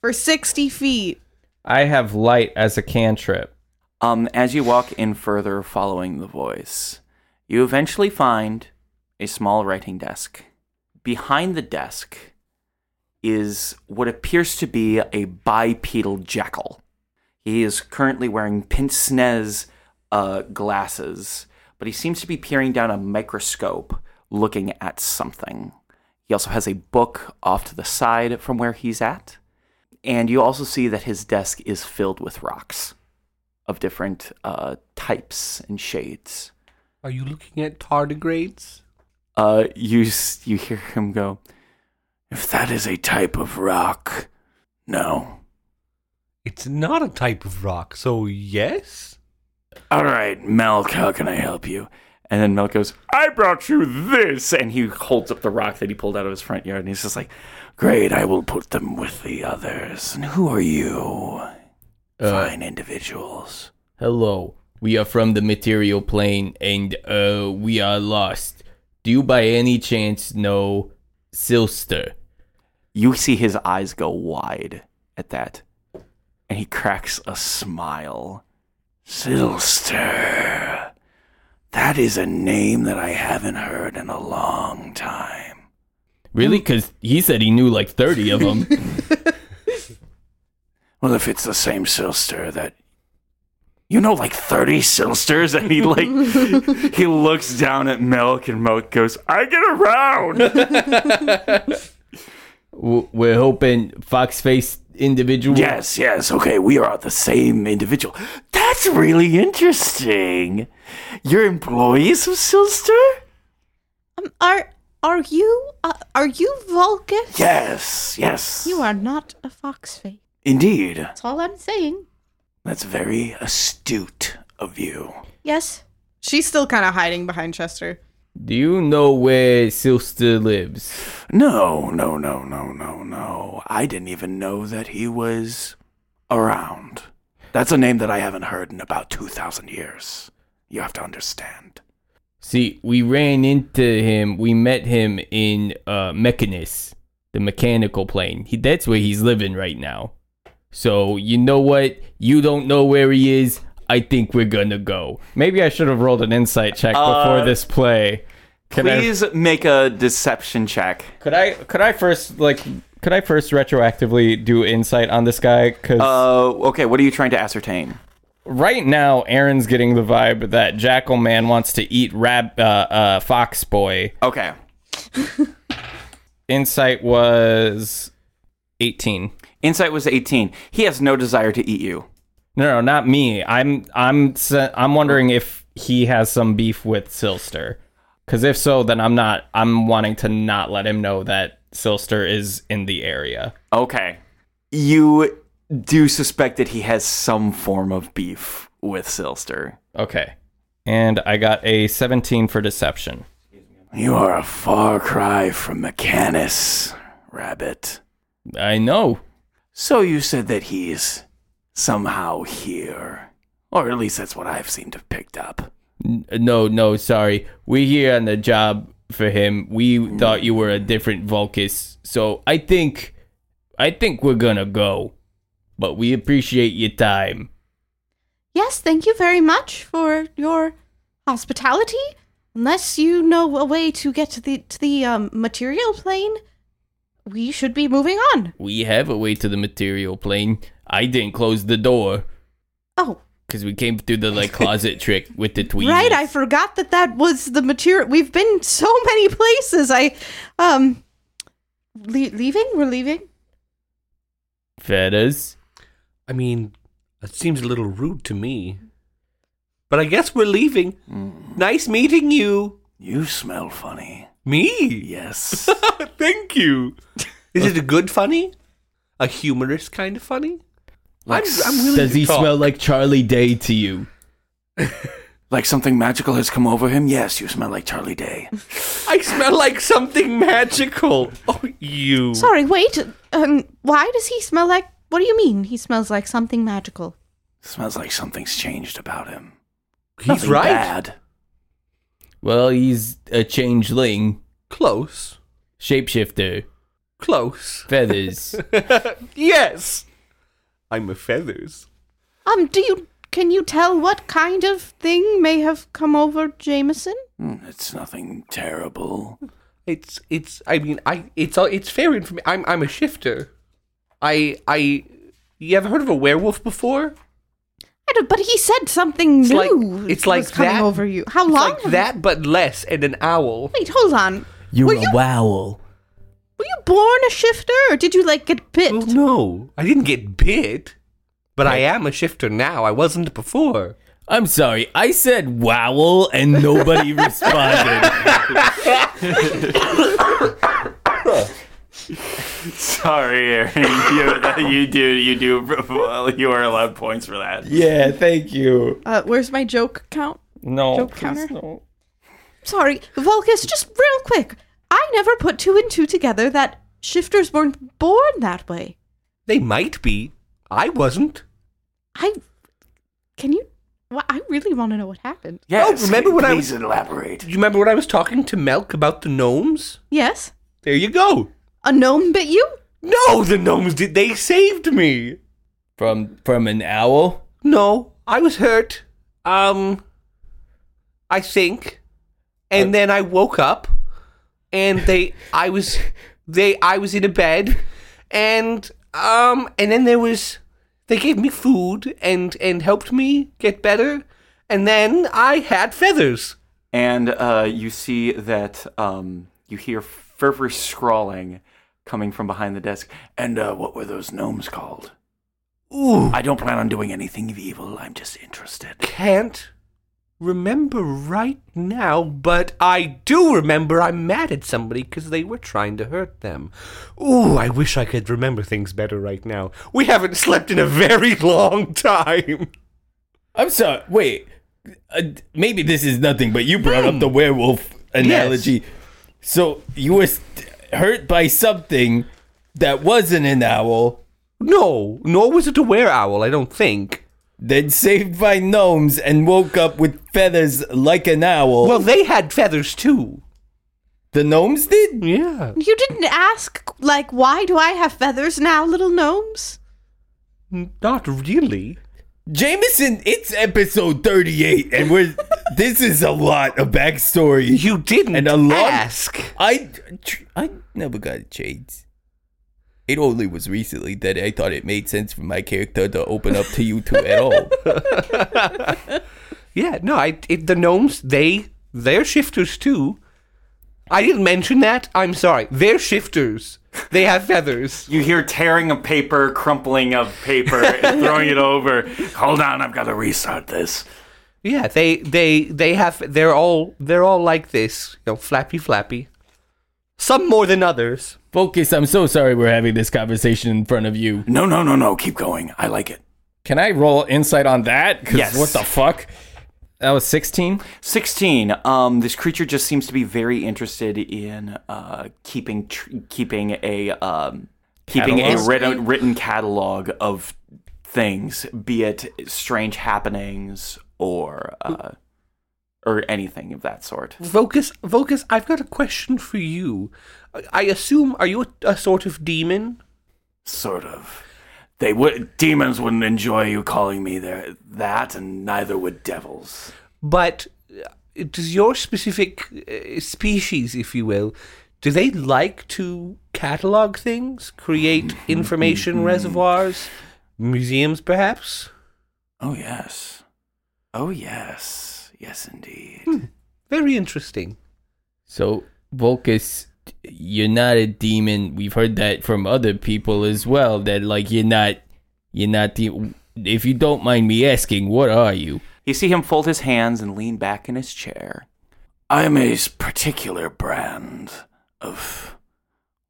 For 60 feet.
I have light as a cantrip.
Um, as you walk in further, following the voice, you eventually find a small writing desk. Behind the desk is what appears to be a bipedal jackal. He is currently wearing pince nez uh, glasses, but he seems to be peering down a microscope looking at something. He also has a book off to the side from where he's at, and you also see that his desk is filled with rocks of different uh, types and shades.
Are you looking at tardigrades?
Uh, you s- you hear him go, "If that is a type of rock, no."
It's not a type of rock, so yes?
All right, Melk, how can I help you? And then Melk goes, "I brought you this," and he holds up the rock that he pulled out of his front yard, and he's just like, "Great, I will put them with the others." And who are you? Fine individuals.
Hello, we are from the material plane and uh, we are lost. Do you by any chance know Silster?
You see his eyes go wide at that, and he cracks a smile. Silster. That is a name that I haven't heard in a long time.
Really?
Mm.
Because he said he knew like 30 of them.
Well, if it's the same Silster that. You know, like 30 Silsters? And he, like, he looks down at Milk, and Milk goes, I get around!
W- We're hoping Foxface individual.
yes, yes, okay, we are the same individual. That's really interesting. You're employees of Silster?
Um, are are you uh, are you Vulcus?
Yes, yes.
You are not a fox face.
Indeed.
That's all I'm saying.
That's very astute of you.
Yes.
She's still kind of hiding behind Chester.
Do you know where Silster lives?
No, no, no, no, no, no. I didn't even know that he was around. That's a name that I haven't heard in about 2,000 years. You have to understand.
See, we ran into him. We met him in uh, Mechanus, the mechanical plane. He, that's where he's living right now. So, you know what? You don't know where he is. I think we're gonna go. Maybe I should have rolled an insight check before this play. Can I-
make a deception check.
Could I could I first like could I first retroactively do insight on this guy? Cause
Uh, okay, what are you trying to ascertain?
right now Aaron's getting the vibe that Jackal Man wants to eat Rab uh, uh, Fox Boy.
Okay.
Insight was eighteen.
Insight was 18. He has no desire to eat you.
No, no, not me. I'm I'm s- I'm wondering if he has some beef with Silster. Cause if so, then I'm not. I'm wanting to not let him know that Silster is in the area.
Okay. You do suspect that he has some form of beef with Silster.
Okay. And I got a 17 for deception.
You are a far cry from Mechanis, Rabbit.
I know.
So you said that he's somehow here. Or at least that's what I've seemed to have picked up.
N- No, no, sorry. We here on the job for him. We thought you were a different Vulcus. So I think I think we're going to go. But we appreciate your time.
Yes, thank you very much for your hospitality. Unless you know a way to get to the to the um, material plane, we should be moving on.
We have a way to the material plane. I didn't close the door
Oh,
cuz we came through the like closet trick with the tweezers.
right, I forgot that that was the material. We've been so many places. I, um, le- leaving. We're leaving.
Fetters.
I mean, it seems a little rude to me. But I guess we're leaving.
Mm.
Nice meeting you.
You smell funny.
Me?
Yes.
Thank you. Is it a good funny? A humorous kind of funny? I'm, I'm willing
Does
to
he
talk.
smell like Charlie Day to you?
like something magical has come over him? Yes, you smell like Charlie Day.
I smell like something magical. Oh, you.
Sorry, wait. Um, why does he smell like? What do you mean? He smells like something magical.
Smells like something's changed about him.
He's
Nothing
right.
Bad.
Well, he's a changeling,
Close.
shapeshifter,
Close.
feathers.
Yes. I'm a feathers.
Um, do you? Can you tell what kind of thing may have come over Jameson?
Hmm, It's nothing terrible.
It's it's. I mean, I it's all it's fair information. I'm I'm a shifter. I I. You ever heard of a werewolf before?
I don't, but he said something
It's like-
new.
it's like
was coming
that-
over you. How
It's
long?
like
have-
that, but less, and an owl.
Wait, hold on.
You're
Were
a
you-
wow.
Were you born a shifter, or did you like get bit?
Well, no, I didn't get bit, but I am a shifter now. I wasn't before.
I'm sorry, I said wow and nobody responded.
Sorry, Aaron. You, you do, you do. Well, you are allowed points for that.
Yeah, thank you.
Uh, where's my joke count?
No,
Joke
please
counter?
no.
Sorry, Vulcus. Just real quick. I never put two and two together that shifters weren't born that way.
They might be. I wasn't.
I can you? Well, I really want to know what happened.
Yes.
Oh, remember when I
please
was-
elaborate?
Do you remember when I was talking to Melk about the gnomes?
Yes,
There you go.
a gnome bit you.
No, the gnomes did. They saved me.
From from an owl?
No, I was hurt. Um, I think, and then I woke up, and they, I was, they, I was in a bed, and um, and then there was, they gave me food and and helped me get better, and then I had feathers.
And uh, you see that um, you hear feverish scrawling coming from behind the desk. And uh, what were those gnomes called?
Ooh,
I don't plan on doing anything evil. I'm just interested.
can't remember right now, but I do remember I'm mad at somebody because they were trying to hurt them. Ooh, I wish I could remember things better right now. We haven't slept in a very long time.
I'm sorry, wait. Uh, maybe this is nothing, but you brought up the werewolf analogy. So you were st- hurt by something that wasn't an owl,
No, nor was it a were owl, I don't think.
then saved by gnomes, and woke up with feathers like an owl.
Well, they had feathers too.
the gnomes did?
Yeah.
You didn't ask, like, why do I have feathers now, little gnomes?
Not really.
Jameson, it's episode 38, and we're this is a lot of backstory.
You didn't
And a long-
ask.
I I never got a chance. It only was recently that I thought it made sense for my character to open up to you two at all.
Yeah, no, I, it, the gnomes, they, they're shifters too. I didn't mention that. I'm sorry. They're shifters. They have feathers.
You hear tearing of paper, crumpling of paper, and throwing it over. Hold on, I've got to restart this.
Yeah, they, they, they have. They're all, they're all like this. You know, flappy, flappy. some more than others.
Focus, I'm so sorry we're having this conversation in front of you.
No, no, no, no. Keep going. I like it.
Can I roll insight on that? 'Cause
Yes.
What the fuck? That was 16.
16. Um, this creature just seems to be very interested in uh, keeping tr- keeping a um, keeping
Catalog?
a written, written catalog of things, be it strange happenings or uh, or anything of that sort.
Vocus, Vocus, I've got a question for you. I- I assume are you a, a sort of demon?
Sort of. They would demons wouldn't enjoy you calling me their that, and neither would devils.
But uh, does your specific uh, species, if you will, do they like to catalog things, create information
Mm-hmm.
reservoirs, museums, perhaps?
Oh yes. Oh yes. Yes indeed.
Very interesting.
So, Vulcus, you're not a demon. We've heard that from other people as well. That like you're not, you're not the. If you don't mind me asking, what are you?
You see him fold his hands and lean back in his chair. I'm a s- particular brand of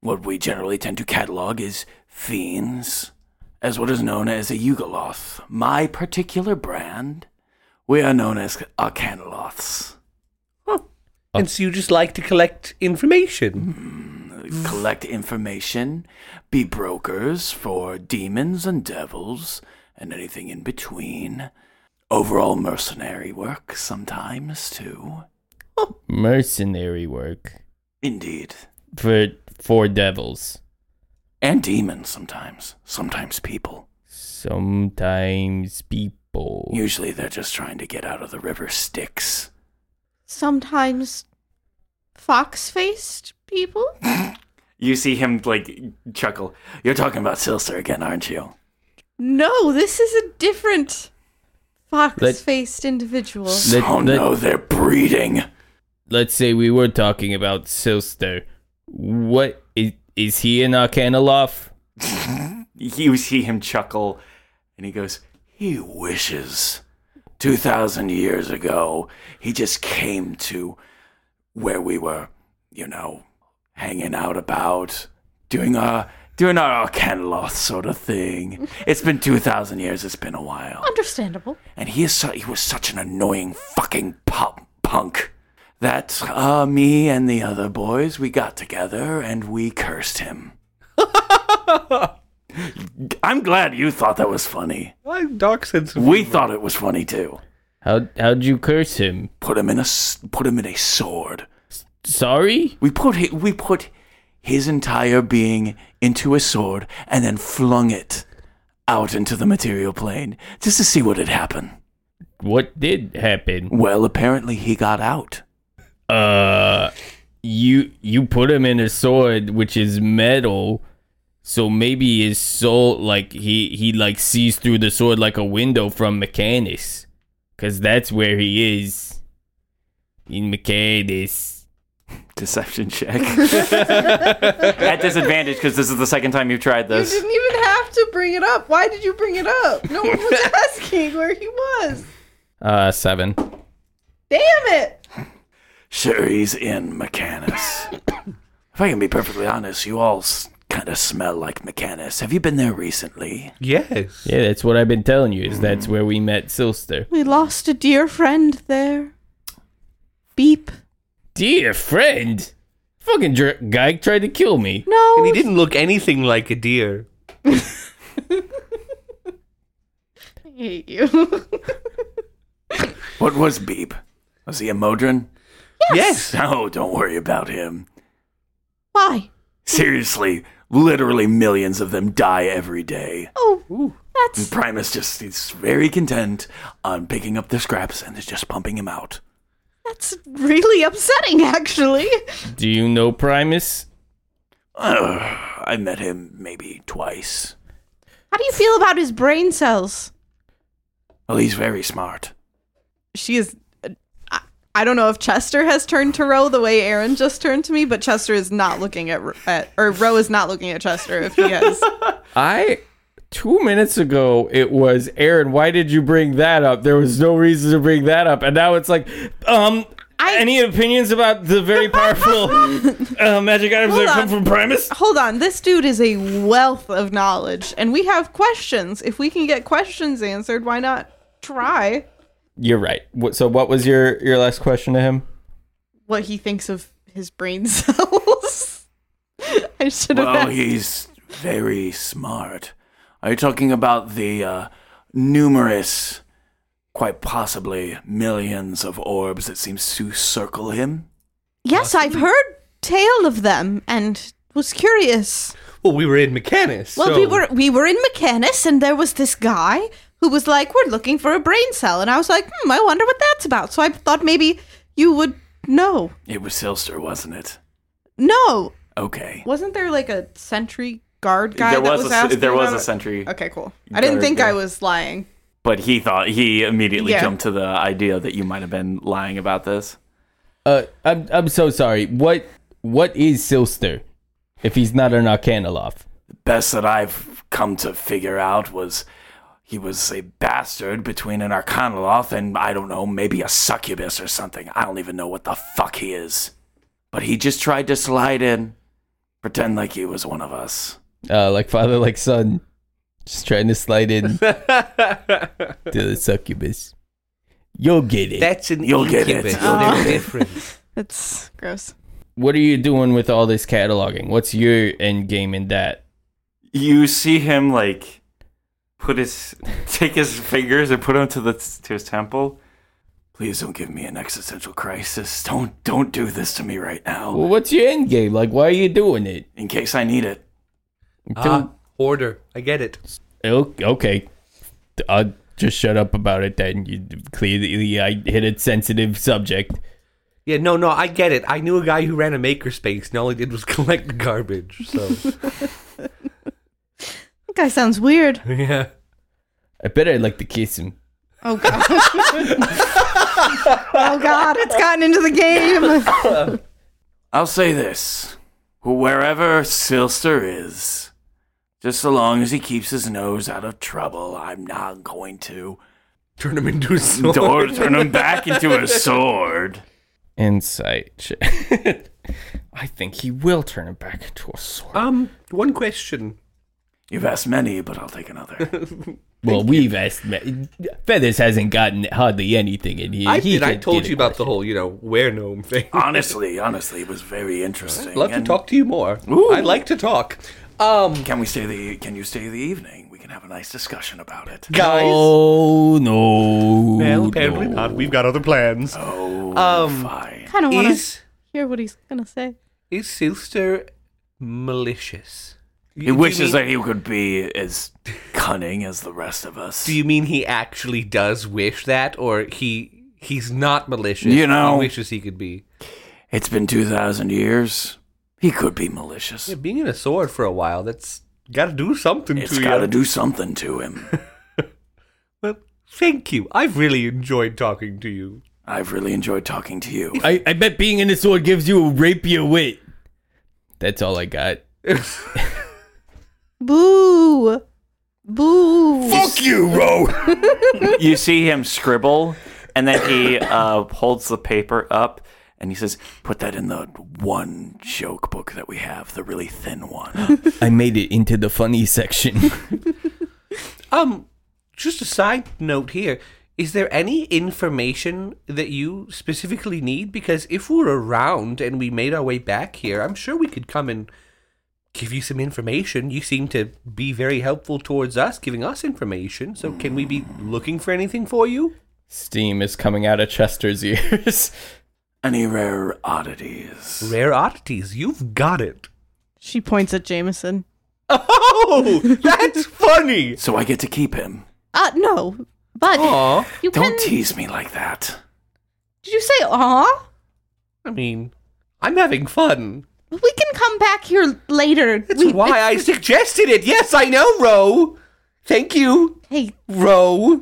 what we generally tend to catalog as fiends, as what is known as a Yugoloth. My particular brand, we are known as Arcanoloths. Oh.
And so you just like to collect
Mm-hmm.
information.
Collect information, be brokers for demons and devils, and anything in between. Overall mercenary work sometimes, too.
Mercenary work
Indeed.
for four devils.
and demons sometimes sometimes people
Sometimes people.
usually they're just trying to get out of the river styx
Sometimes fox faced people?
you see him like chuckle you're talking about silser again aren't you
No, this is a different
Let-
fox faced individual.
Let-
oh
let-
no they're breeding
Let's say we were talking about Silster. What is is he in Arcanoloff?
you see him chuckle and he goes he wishes 2000 years ago he just came to where we were you know hanging out about doing our doing our Arcanoloth sort of thing it's been 2000 years it's been a while
Understandable.
and he is su- he was such an annoying fucking pop punk that uh, me and the other boys we got together and we cursed him. I'm glad you thought that was funny.
I have dark sense of
We thought it was funny too.
How how'd you curse him?
Put him in a s- put him in a sword.
Sorry?
We put hi- we put his entire being into a sword and then flung it out into the material plane just to see what had happened.
What did happen?
Well, apparently he got out.
uh you you put him in a sword which is metal so maybe his soul like he he like sees through the sword like a window from Mechanus cuz that's where he is in Mechanus
Deception check. At disadvantage because this is the second time you've tried
You
this.
didn't even have to bring it up. Why did you bring it up? No one was asking where he was.
uh 7
Damn it!
Sure, he's in Mechanus. if I can be perfectly honest, you all s- kind of smell like Mechanus. Have you been there recently?
yes.
yeah that's what i've been telling you is that's where we met Silster
We lost a dear friend there. Beep.
dear friend fucking dr- guy tried to kill me
No.
And he didn't look anything like a deer.
I hate you.
What was Beep? Was he a Modron?
Yes.
No, don't worry about him.
Why?
Seriously, literally millions of them die every day.
Oh,
And
that's
Primus just is very content on picking up the scraps and is just pumping him out.
that's really upsetting, actually.
do you know primus
Ugh, I met him maybe twice.
How do you feel about his brain cells?
Well, he's very smart.
She is. uh, I- I don't know if Chester has turned to Roe the way Aaron just turned to me, but Chester is not looking at, Ro- at or Roe is not looking at Chester if he has.
I two minutes ago it was Aaron. Why did you bring that up? There was no reason to bring that up, and now it's like, um,
I
Any opinions about the very powerful uh, magic items that
Hold
come
on.
from Primus?
hold on. This dude is a wealth of knowledge, and we have questions. If we can get questions answered, why not try
You're right. What- So, what was your your last question to him?
what he thinks of his brain cells? I should have.
Well,
asked.
he's very smart. Are you talking about the uh, numerous, quite possibly millions of orbs that seems to circle him?
yes, I've heard tale of them, and was curious.
Well, we were in Mechanus.
Well,
so-
we were we were in Mechanus, and there was this guy who was like, "We're looking for a brain cell," and I was like, "Hmm, I wonder what that's about." So I thought maybe you would know.
It was Silster, wasn't it?
No,
Okay.
wasn't there like a sentry guard guy that was, asking about it?
sentry,
Okay, cool. I didn't
Guard
think
guy.
I was lying.
but he thought he immediately
Yeah.
jumped to the idea that you might have been lying about this.
Uh, I'm I'm so sorry. What what is Silster? If he's not an Arcanoloff,
best that I've come to figure out was he was a bastard between an Arcanoloth and, I don't know, maybe a succubus or something. I don't even know what the fuck he is. But he just tried to slide in, pretend like he was one of us.
uh, like father, like son, just trying to slide in to the succubus. You'll get it.
That's an
You'll get it.
incubus.
Oh.
They're different.
That's gross.
what are you doing with all this cataloging? What's your end game in that?
You see him, like, put his, take his fingers and put them to, the, to his temple. Please don't give me an existential crisis. Don't, don't do this to me right now.
Well, what's your end game? Like, why are you doing it?
In case I need it.
Ah, hoarder. I get it.
Oh, okay. I'll just shut up about it then. You clearly I hit a sensitive subject.
Yeah, no, no, I get it. I knew a guy who ran a makerspace, and all he did was collect garbage. So,
That guy sounds weird.
yeah.
I bet I'd like to kiss him.
Oh god. oh god, it's gotten into the game.
I'll say this. Wherever Silster is, just so long as he keeps his nose out of trouble, I'm not going to
Turn him into a sword.
door turn him back into a sword.
Insight. check. I think he will turn it back into a sword.
Um, one question.
You've asked many, but I'll take another.
well, we've asked. Ma- Feathers hasn't gotten hardly anything in here.
I
He
did. I
could
told
get a
you about the
question.
whole, you know, where gnome thing.
honestly, honestly, it was very interesting.
Love to
and
talk to you more.
Ooh.
I like to talk. Um,
Can we stay the? Can you stay the evening? We can have a nice discussion about it.
guys.
Oh no!
Well, apparently
no.
not. We've got other plans.
Oh,
Um,
fine.
kind of want to
Is
hear what he's gonna say.
is Silster malicious?
He wishes that he could be as cunning as the rest of us.
Do you mean he actually does wish that, or he he's not malicious?
You know-
he wishes he could be.
It's been two thousand years. He could be malicious.
Yeah, being in a sword for a while, that's got to do something
It's
to
got to
you.
do something to him.
Well, thank you. I've really enjoyed talking to you.
I've really enjoyed talking to you.
I, I bet being in the sword gives you a rapier wit. That's all I got.
Boo. Boo.
you, Ro!
you see him scribble, and then he uh, holds the paper up and he says, Put that in the one joke book that we have, the really thin one.
I made it into the funny section.
Um, just a side note here. Is there any information that you specifically need? Because if we're around and we made our way back here, I'm sure we could come and give you some information. You seem to be very helpful towards us, giving us information. So can we be looking for anything for you?
Steam is coming out of Chester's ears.
Any rare oddities?
Rare oddities. You've got it.
She points at Jameson.
Oh, that's funny.
So I get to keep him.
Uh no. But
Aw.
you
Don't
can
tease me like that.
Did you say "Uh-huh"? aw?
I mean, I'm having fun.
We can come back here later.
That's
We-
why I suggested it. Yes, I know, Ro. Thank you.
Hey,
Row.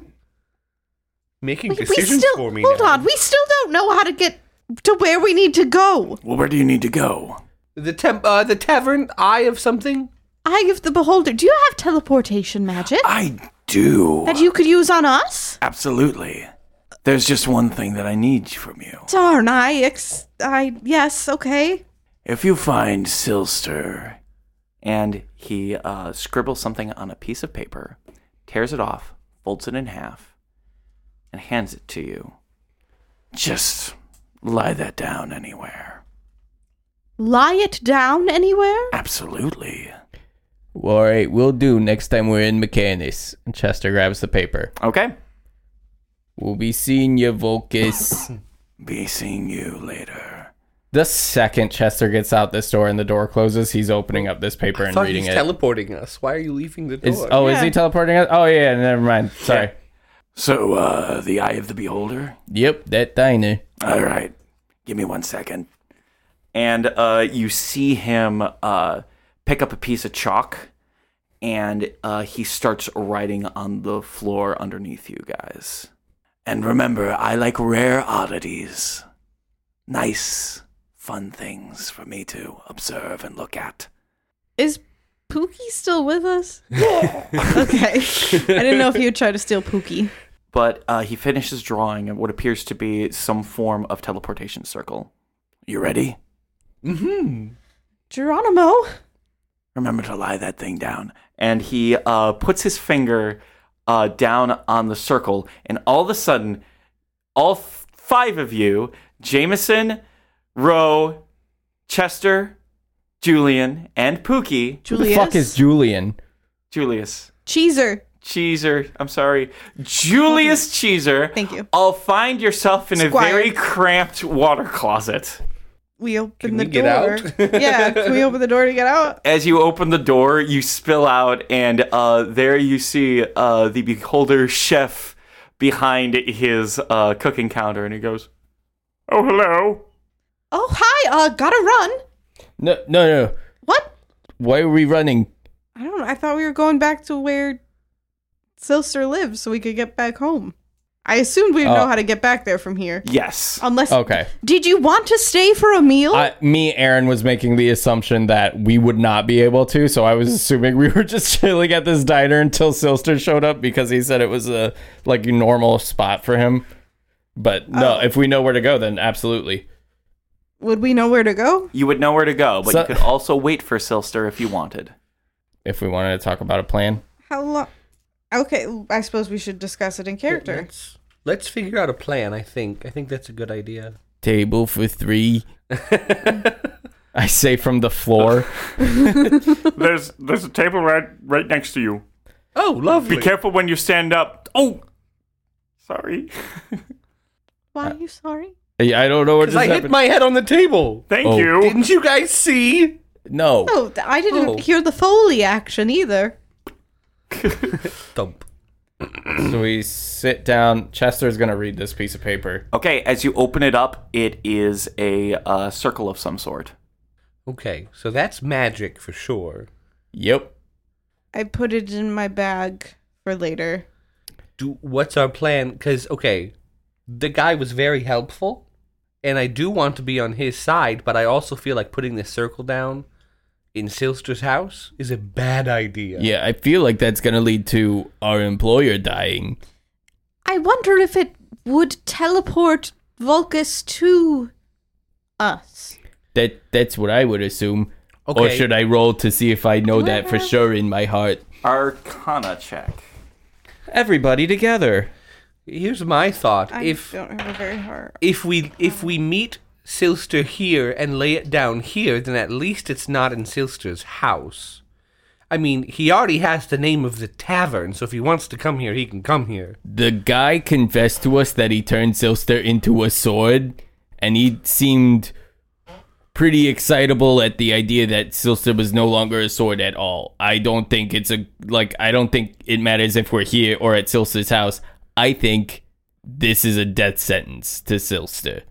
Making
we, we
decisions
Oh,
still
for me.
hold
now.
on. We still don't know how to get to where we need to go.
Well, where do you need to go?
The temp, uh, the tavern, eye of something.
Eye of the beholder. Do you have teleportation magic
I do.
that you could use on us?
Absolutely.
There's just one thing that I need from you.
Darn, I ex. I. Yes, okay.
If you find Silster, and he uh, scribbles something on a piece of paper, tears it off, folds it in half, and hands it to you. Just lie that down anywhere.
Lie it down anywhere?
Absolutely.
All right, we'll do next time we're in Mechanics. And Chester grabs the paper.
Okay.
We'll be seeing you, Volkis.
Be seeing you later.
the second Chester gets out this door and the door closes, he's opening up this paper
I
and
thought
reading
he's
it.
teleporting us. Why are you leaving the door?
Is- oh, is he teleporting us? Oh, yeah, never mind. Sorry.
So, uh, the eye of the beholder?
Yep, that diner.
All right. Give me one second. And uh, you see him uh, pick up a piece of chalk and uh, he starts writing on the floor underneath you guys. And remember, I like rare oddities. Nice, fun things for me to observe and look at.
Is Pookie still with us? okay. I didn't know if you would try to steal Pookie.
But uh, he finishes drawing what appears to be some form of teleportation circle. You ready?
Geronimo?
remember to lie that thing down. And he uh, puts his finger uh, down on the circle, and all of a sudden, all f- five of you Jameson, Roe, Chester, Julian, and Pookie,
Julius?
Fuck is Julian?
Julius,
Cheeser.
Cheeser, I'm sorry, Julius Cheeser,
Thank you.
all find yourself in a
Squire.
very cramped water closet.
We open
Can
the
we get
door. yeah, can we open the door to get out?
as you open the door, you spill out, and uh, there you see uh, the beholder chef behind his uh, cooking counter, and he goes,
Oh, hello.
Oh, hi. Uh, gotta run.
No, no, no.
What?
Why are we running?
I don't know. I thought we were going back to where Silster lives so we could get back home. I assumed we'd know
Oh.
how to get back there from here.
"Yes."
Unless.
Okay.
Did you want to stay for a meal?
uh, I, me, Aaron was making the assumption that we would not be able to, so I was
Hmm.
assuming we were just chilling at this diner until Silster showed up because he said it was a like normal spot for him. But
Oh.
no, if we know where to go, then absolutely.
Would we know where to go?
You would know where to go, but
So-
you could also wait for Silster if you wanted.
If we wanted to talk about a plan,
How long? Okay, I suppose we should discuss it in character.
Let's, let's figure out a plan, I think. I think that's a good idea.
table for three. I say from the floor.
There's there's a table right right next to you.
Oh, lovely.
Be careful when you stand up. Oh, sorry.
Why
Uh,
are you sorry?
Hey, I don't know what just
I hit
happened.
my head on the table.
Thank
Oh.
you.
Didn't you guys see?
no.
Oh, th- I didn't
Oh.
hear the Foley action either.
Thump.
So we sit down. Chester's gonna read this piece of paper.
Okay, as you open it up, it is a uh, circle of some sort.
Okay, so that's magic for sure.
Yep.
I put it in my bag for later.
do what's our plan because okay the guy was very helpful and i do want to be on his side but i also feel like putting this circle down in silster's house is a bad idea
Yeah, I feel like that's gonna lead to our employer dying.
I wonder if it would teleport Vulcus to us.
That that's what I would assume. Or
Okay.
should I roll to see if I know that for sure in my heart?
Arcana check.
Everybody together.
here's my thought
I
if
don't have a very hard.
if we if we meet silster here and lay it down here then at least it's not in silster's house i mean he already has the name of the tavern so if he wants to come here he can come here
The guy confessed to us that he turned Silster into a sword, and he seemed pretty excitable at the idea that Silster was no longer a sword at all. I don't think it's a like I don't think it matters if we're here or at Silster's house. I think this is a death sentence to Silster.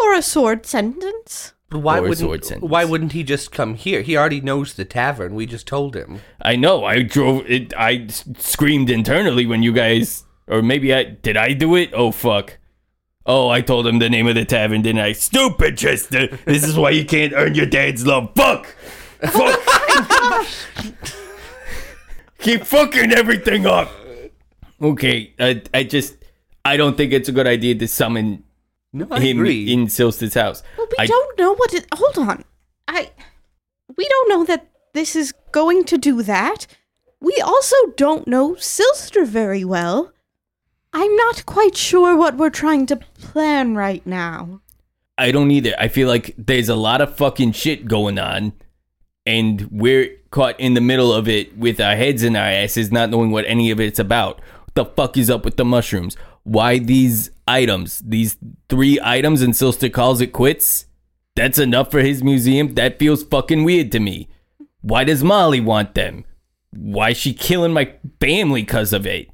Or a sword sentence.
But why
Or sword
wouldn't
sentence.
why wouldn't he just come here? He already knows the tavern. We just told him.
I know. I drove it. I s- screamed internally when you guys, or maybe I did. I do it. Oh fuck. Oh, I told him the name of the tavern, didn't I? Stupid, Chester. This is why you can't earn your dad's love. Fuck. Fuck. Keep fucking everything up. Okay. I I just
I don't think it's a good idea to summon
No, I
him
agree.
in Silsta's house.
Well, we
I-
don't know what it. Hold on. I. We don't know that this is going to do that. We also don't know Silster very well. I'm not quite sure what we're trying to plan right now.
I don't either. I feel like there's a lot of fucking shit going on, and we're caught in the middle of it with our heads in our asses, not knowing what any of it's about. What the fuck is up with the mushrooms? Why these items? These three items, and Silster calls it quits? That's enough for his museum? That feels fucking weird to me. Why does Molly want them? Why is she killing my family because of it?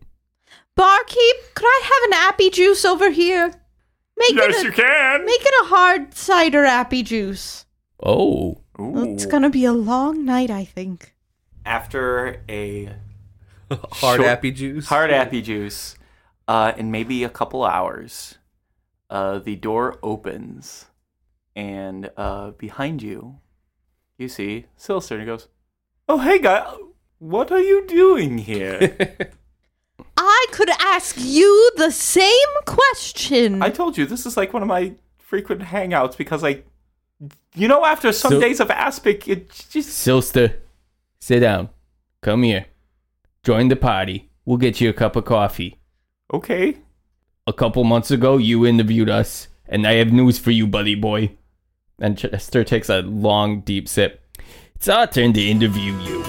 Barkeep, could I have an appy juice over here? Make
Yes,
it a,
you can.
Make it a hard cider appy juice.
Oh.
It's gonna be a long night, I think.
After a
Hard
Sure.
appy juice.
hard appy juice, uh, in maybe a couple hours, uh, the door opens, and uh, behind you, you see Silster, and he goes, "Oh, hey guy, what are you doing here?
I could ask you the same question.
I told you this is like one of my frequent hangouts because I, you know, after some
So-
days of aspic, it just
Silster, sit down. Come here. Join the party. We'll get you a cup of coffee.
okay."
A couple months ago, you interviewed us, and I have news for you, buddy boy. And Chester takes a long, deep sip. It's our turn to interview you.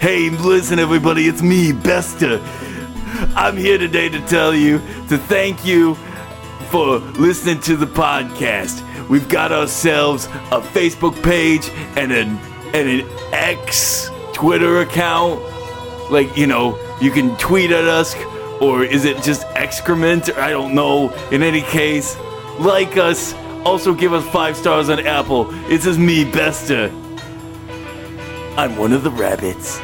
Hey, listen, everybody, it's me, Besta. I'm here today to tell you to thank you for listening to the podcast. We've got ourselves a Facebook page and an and an X Twitter account. Like you know, you can tweet at us, or is it just excrement? I don't know. In any case, like us. Also, give us five stars on Apple. It's just me, Besta. I'm one of the rabbits.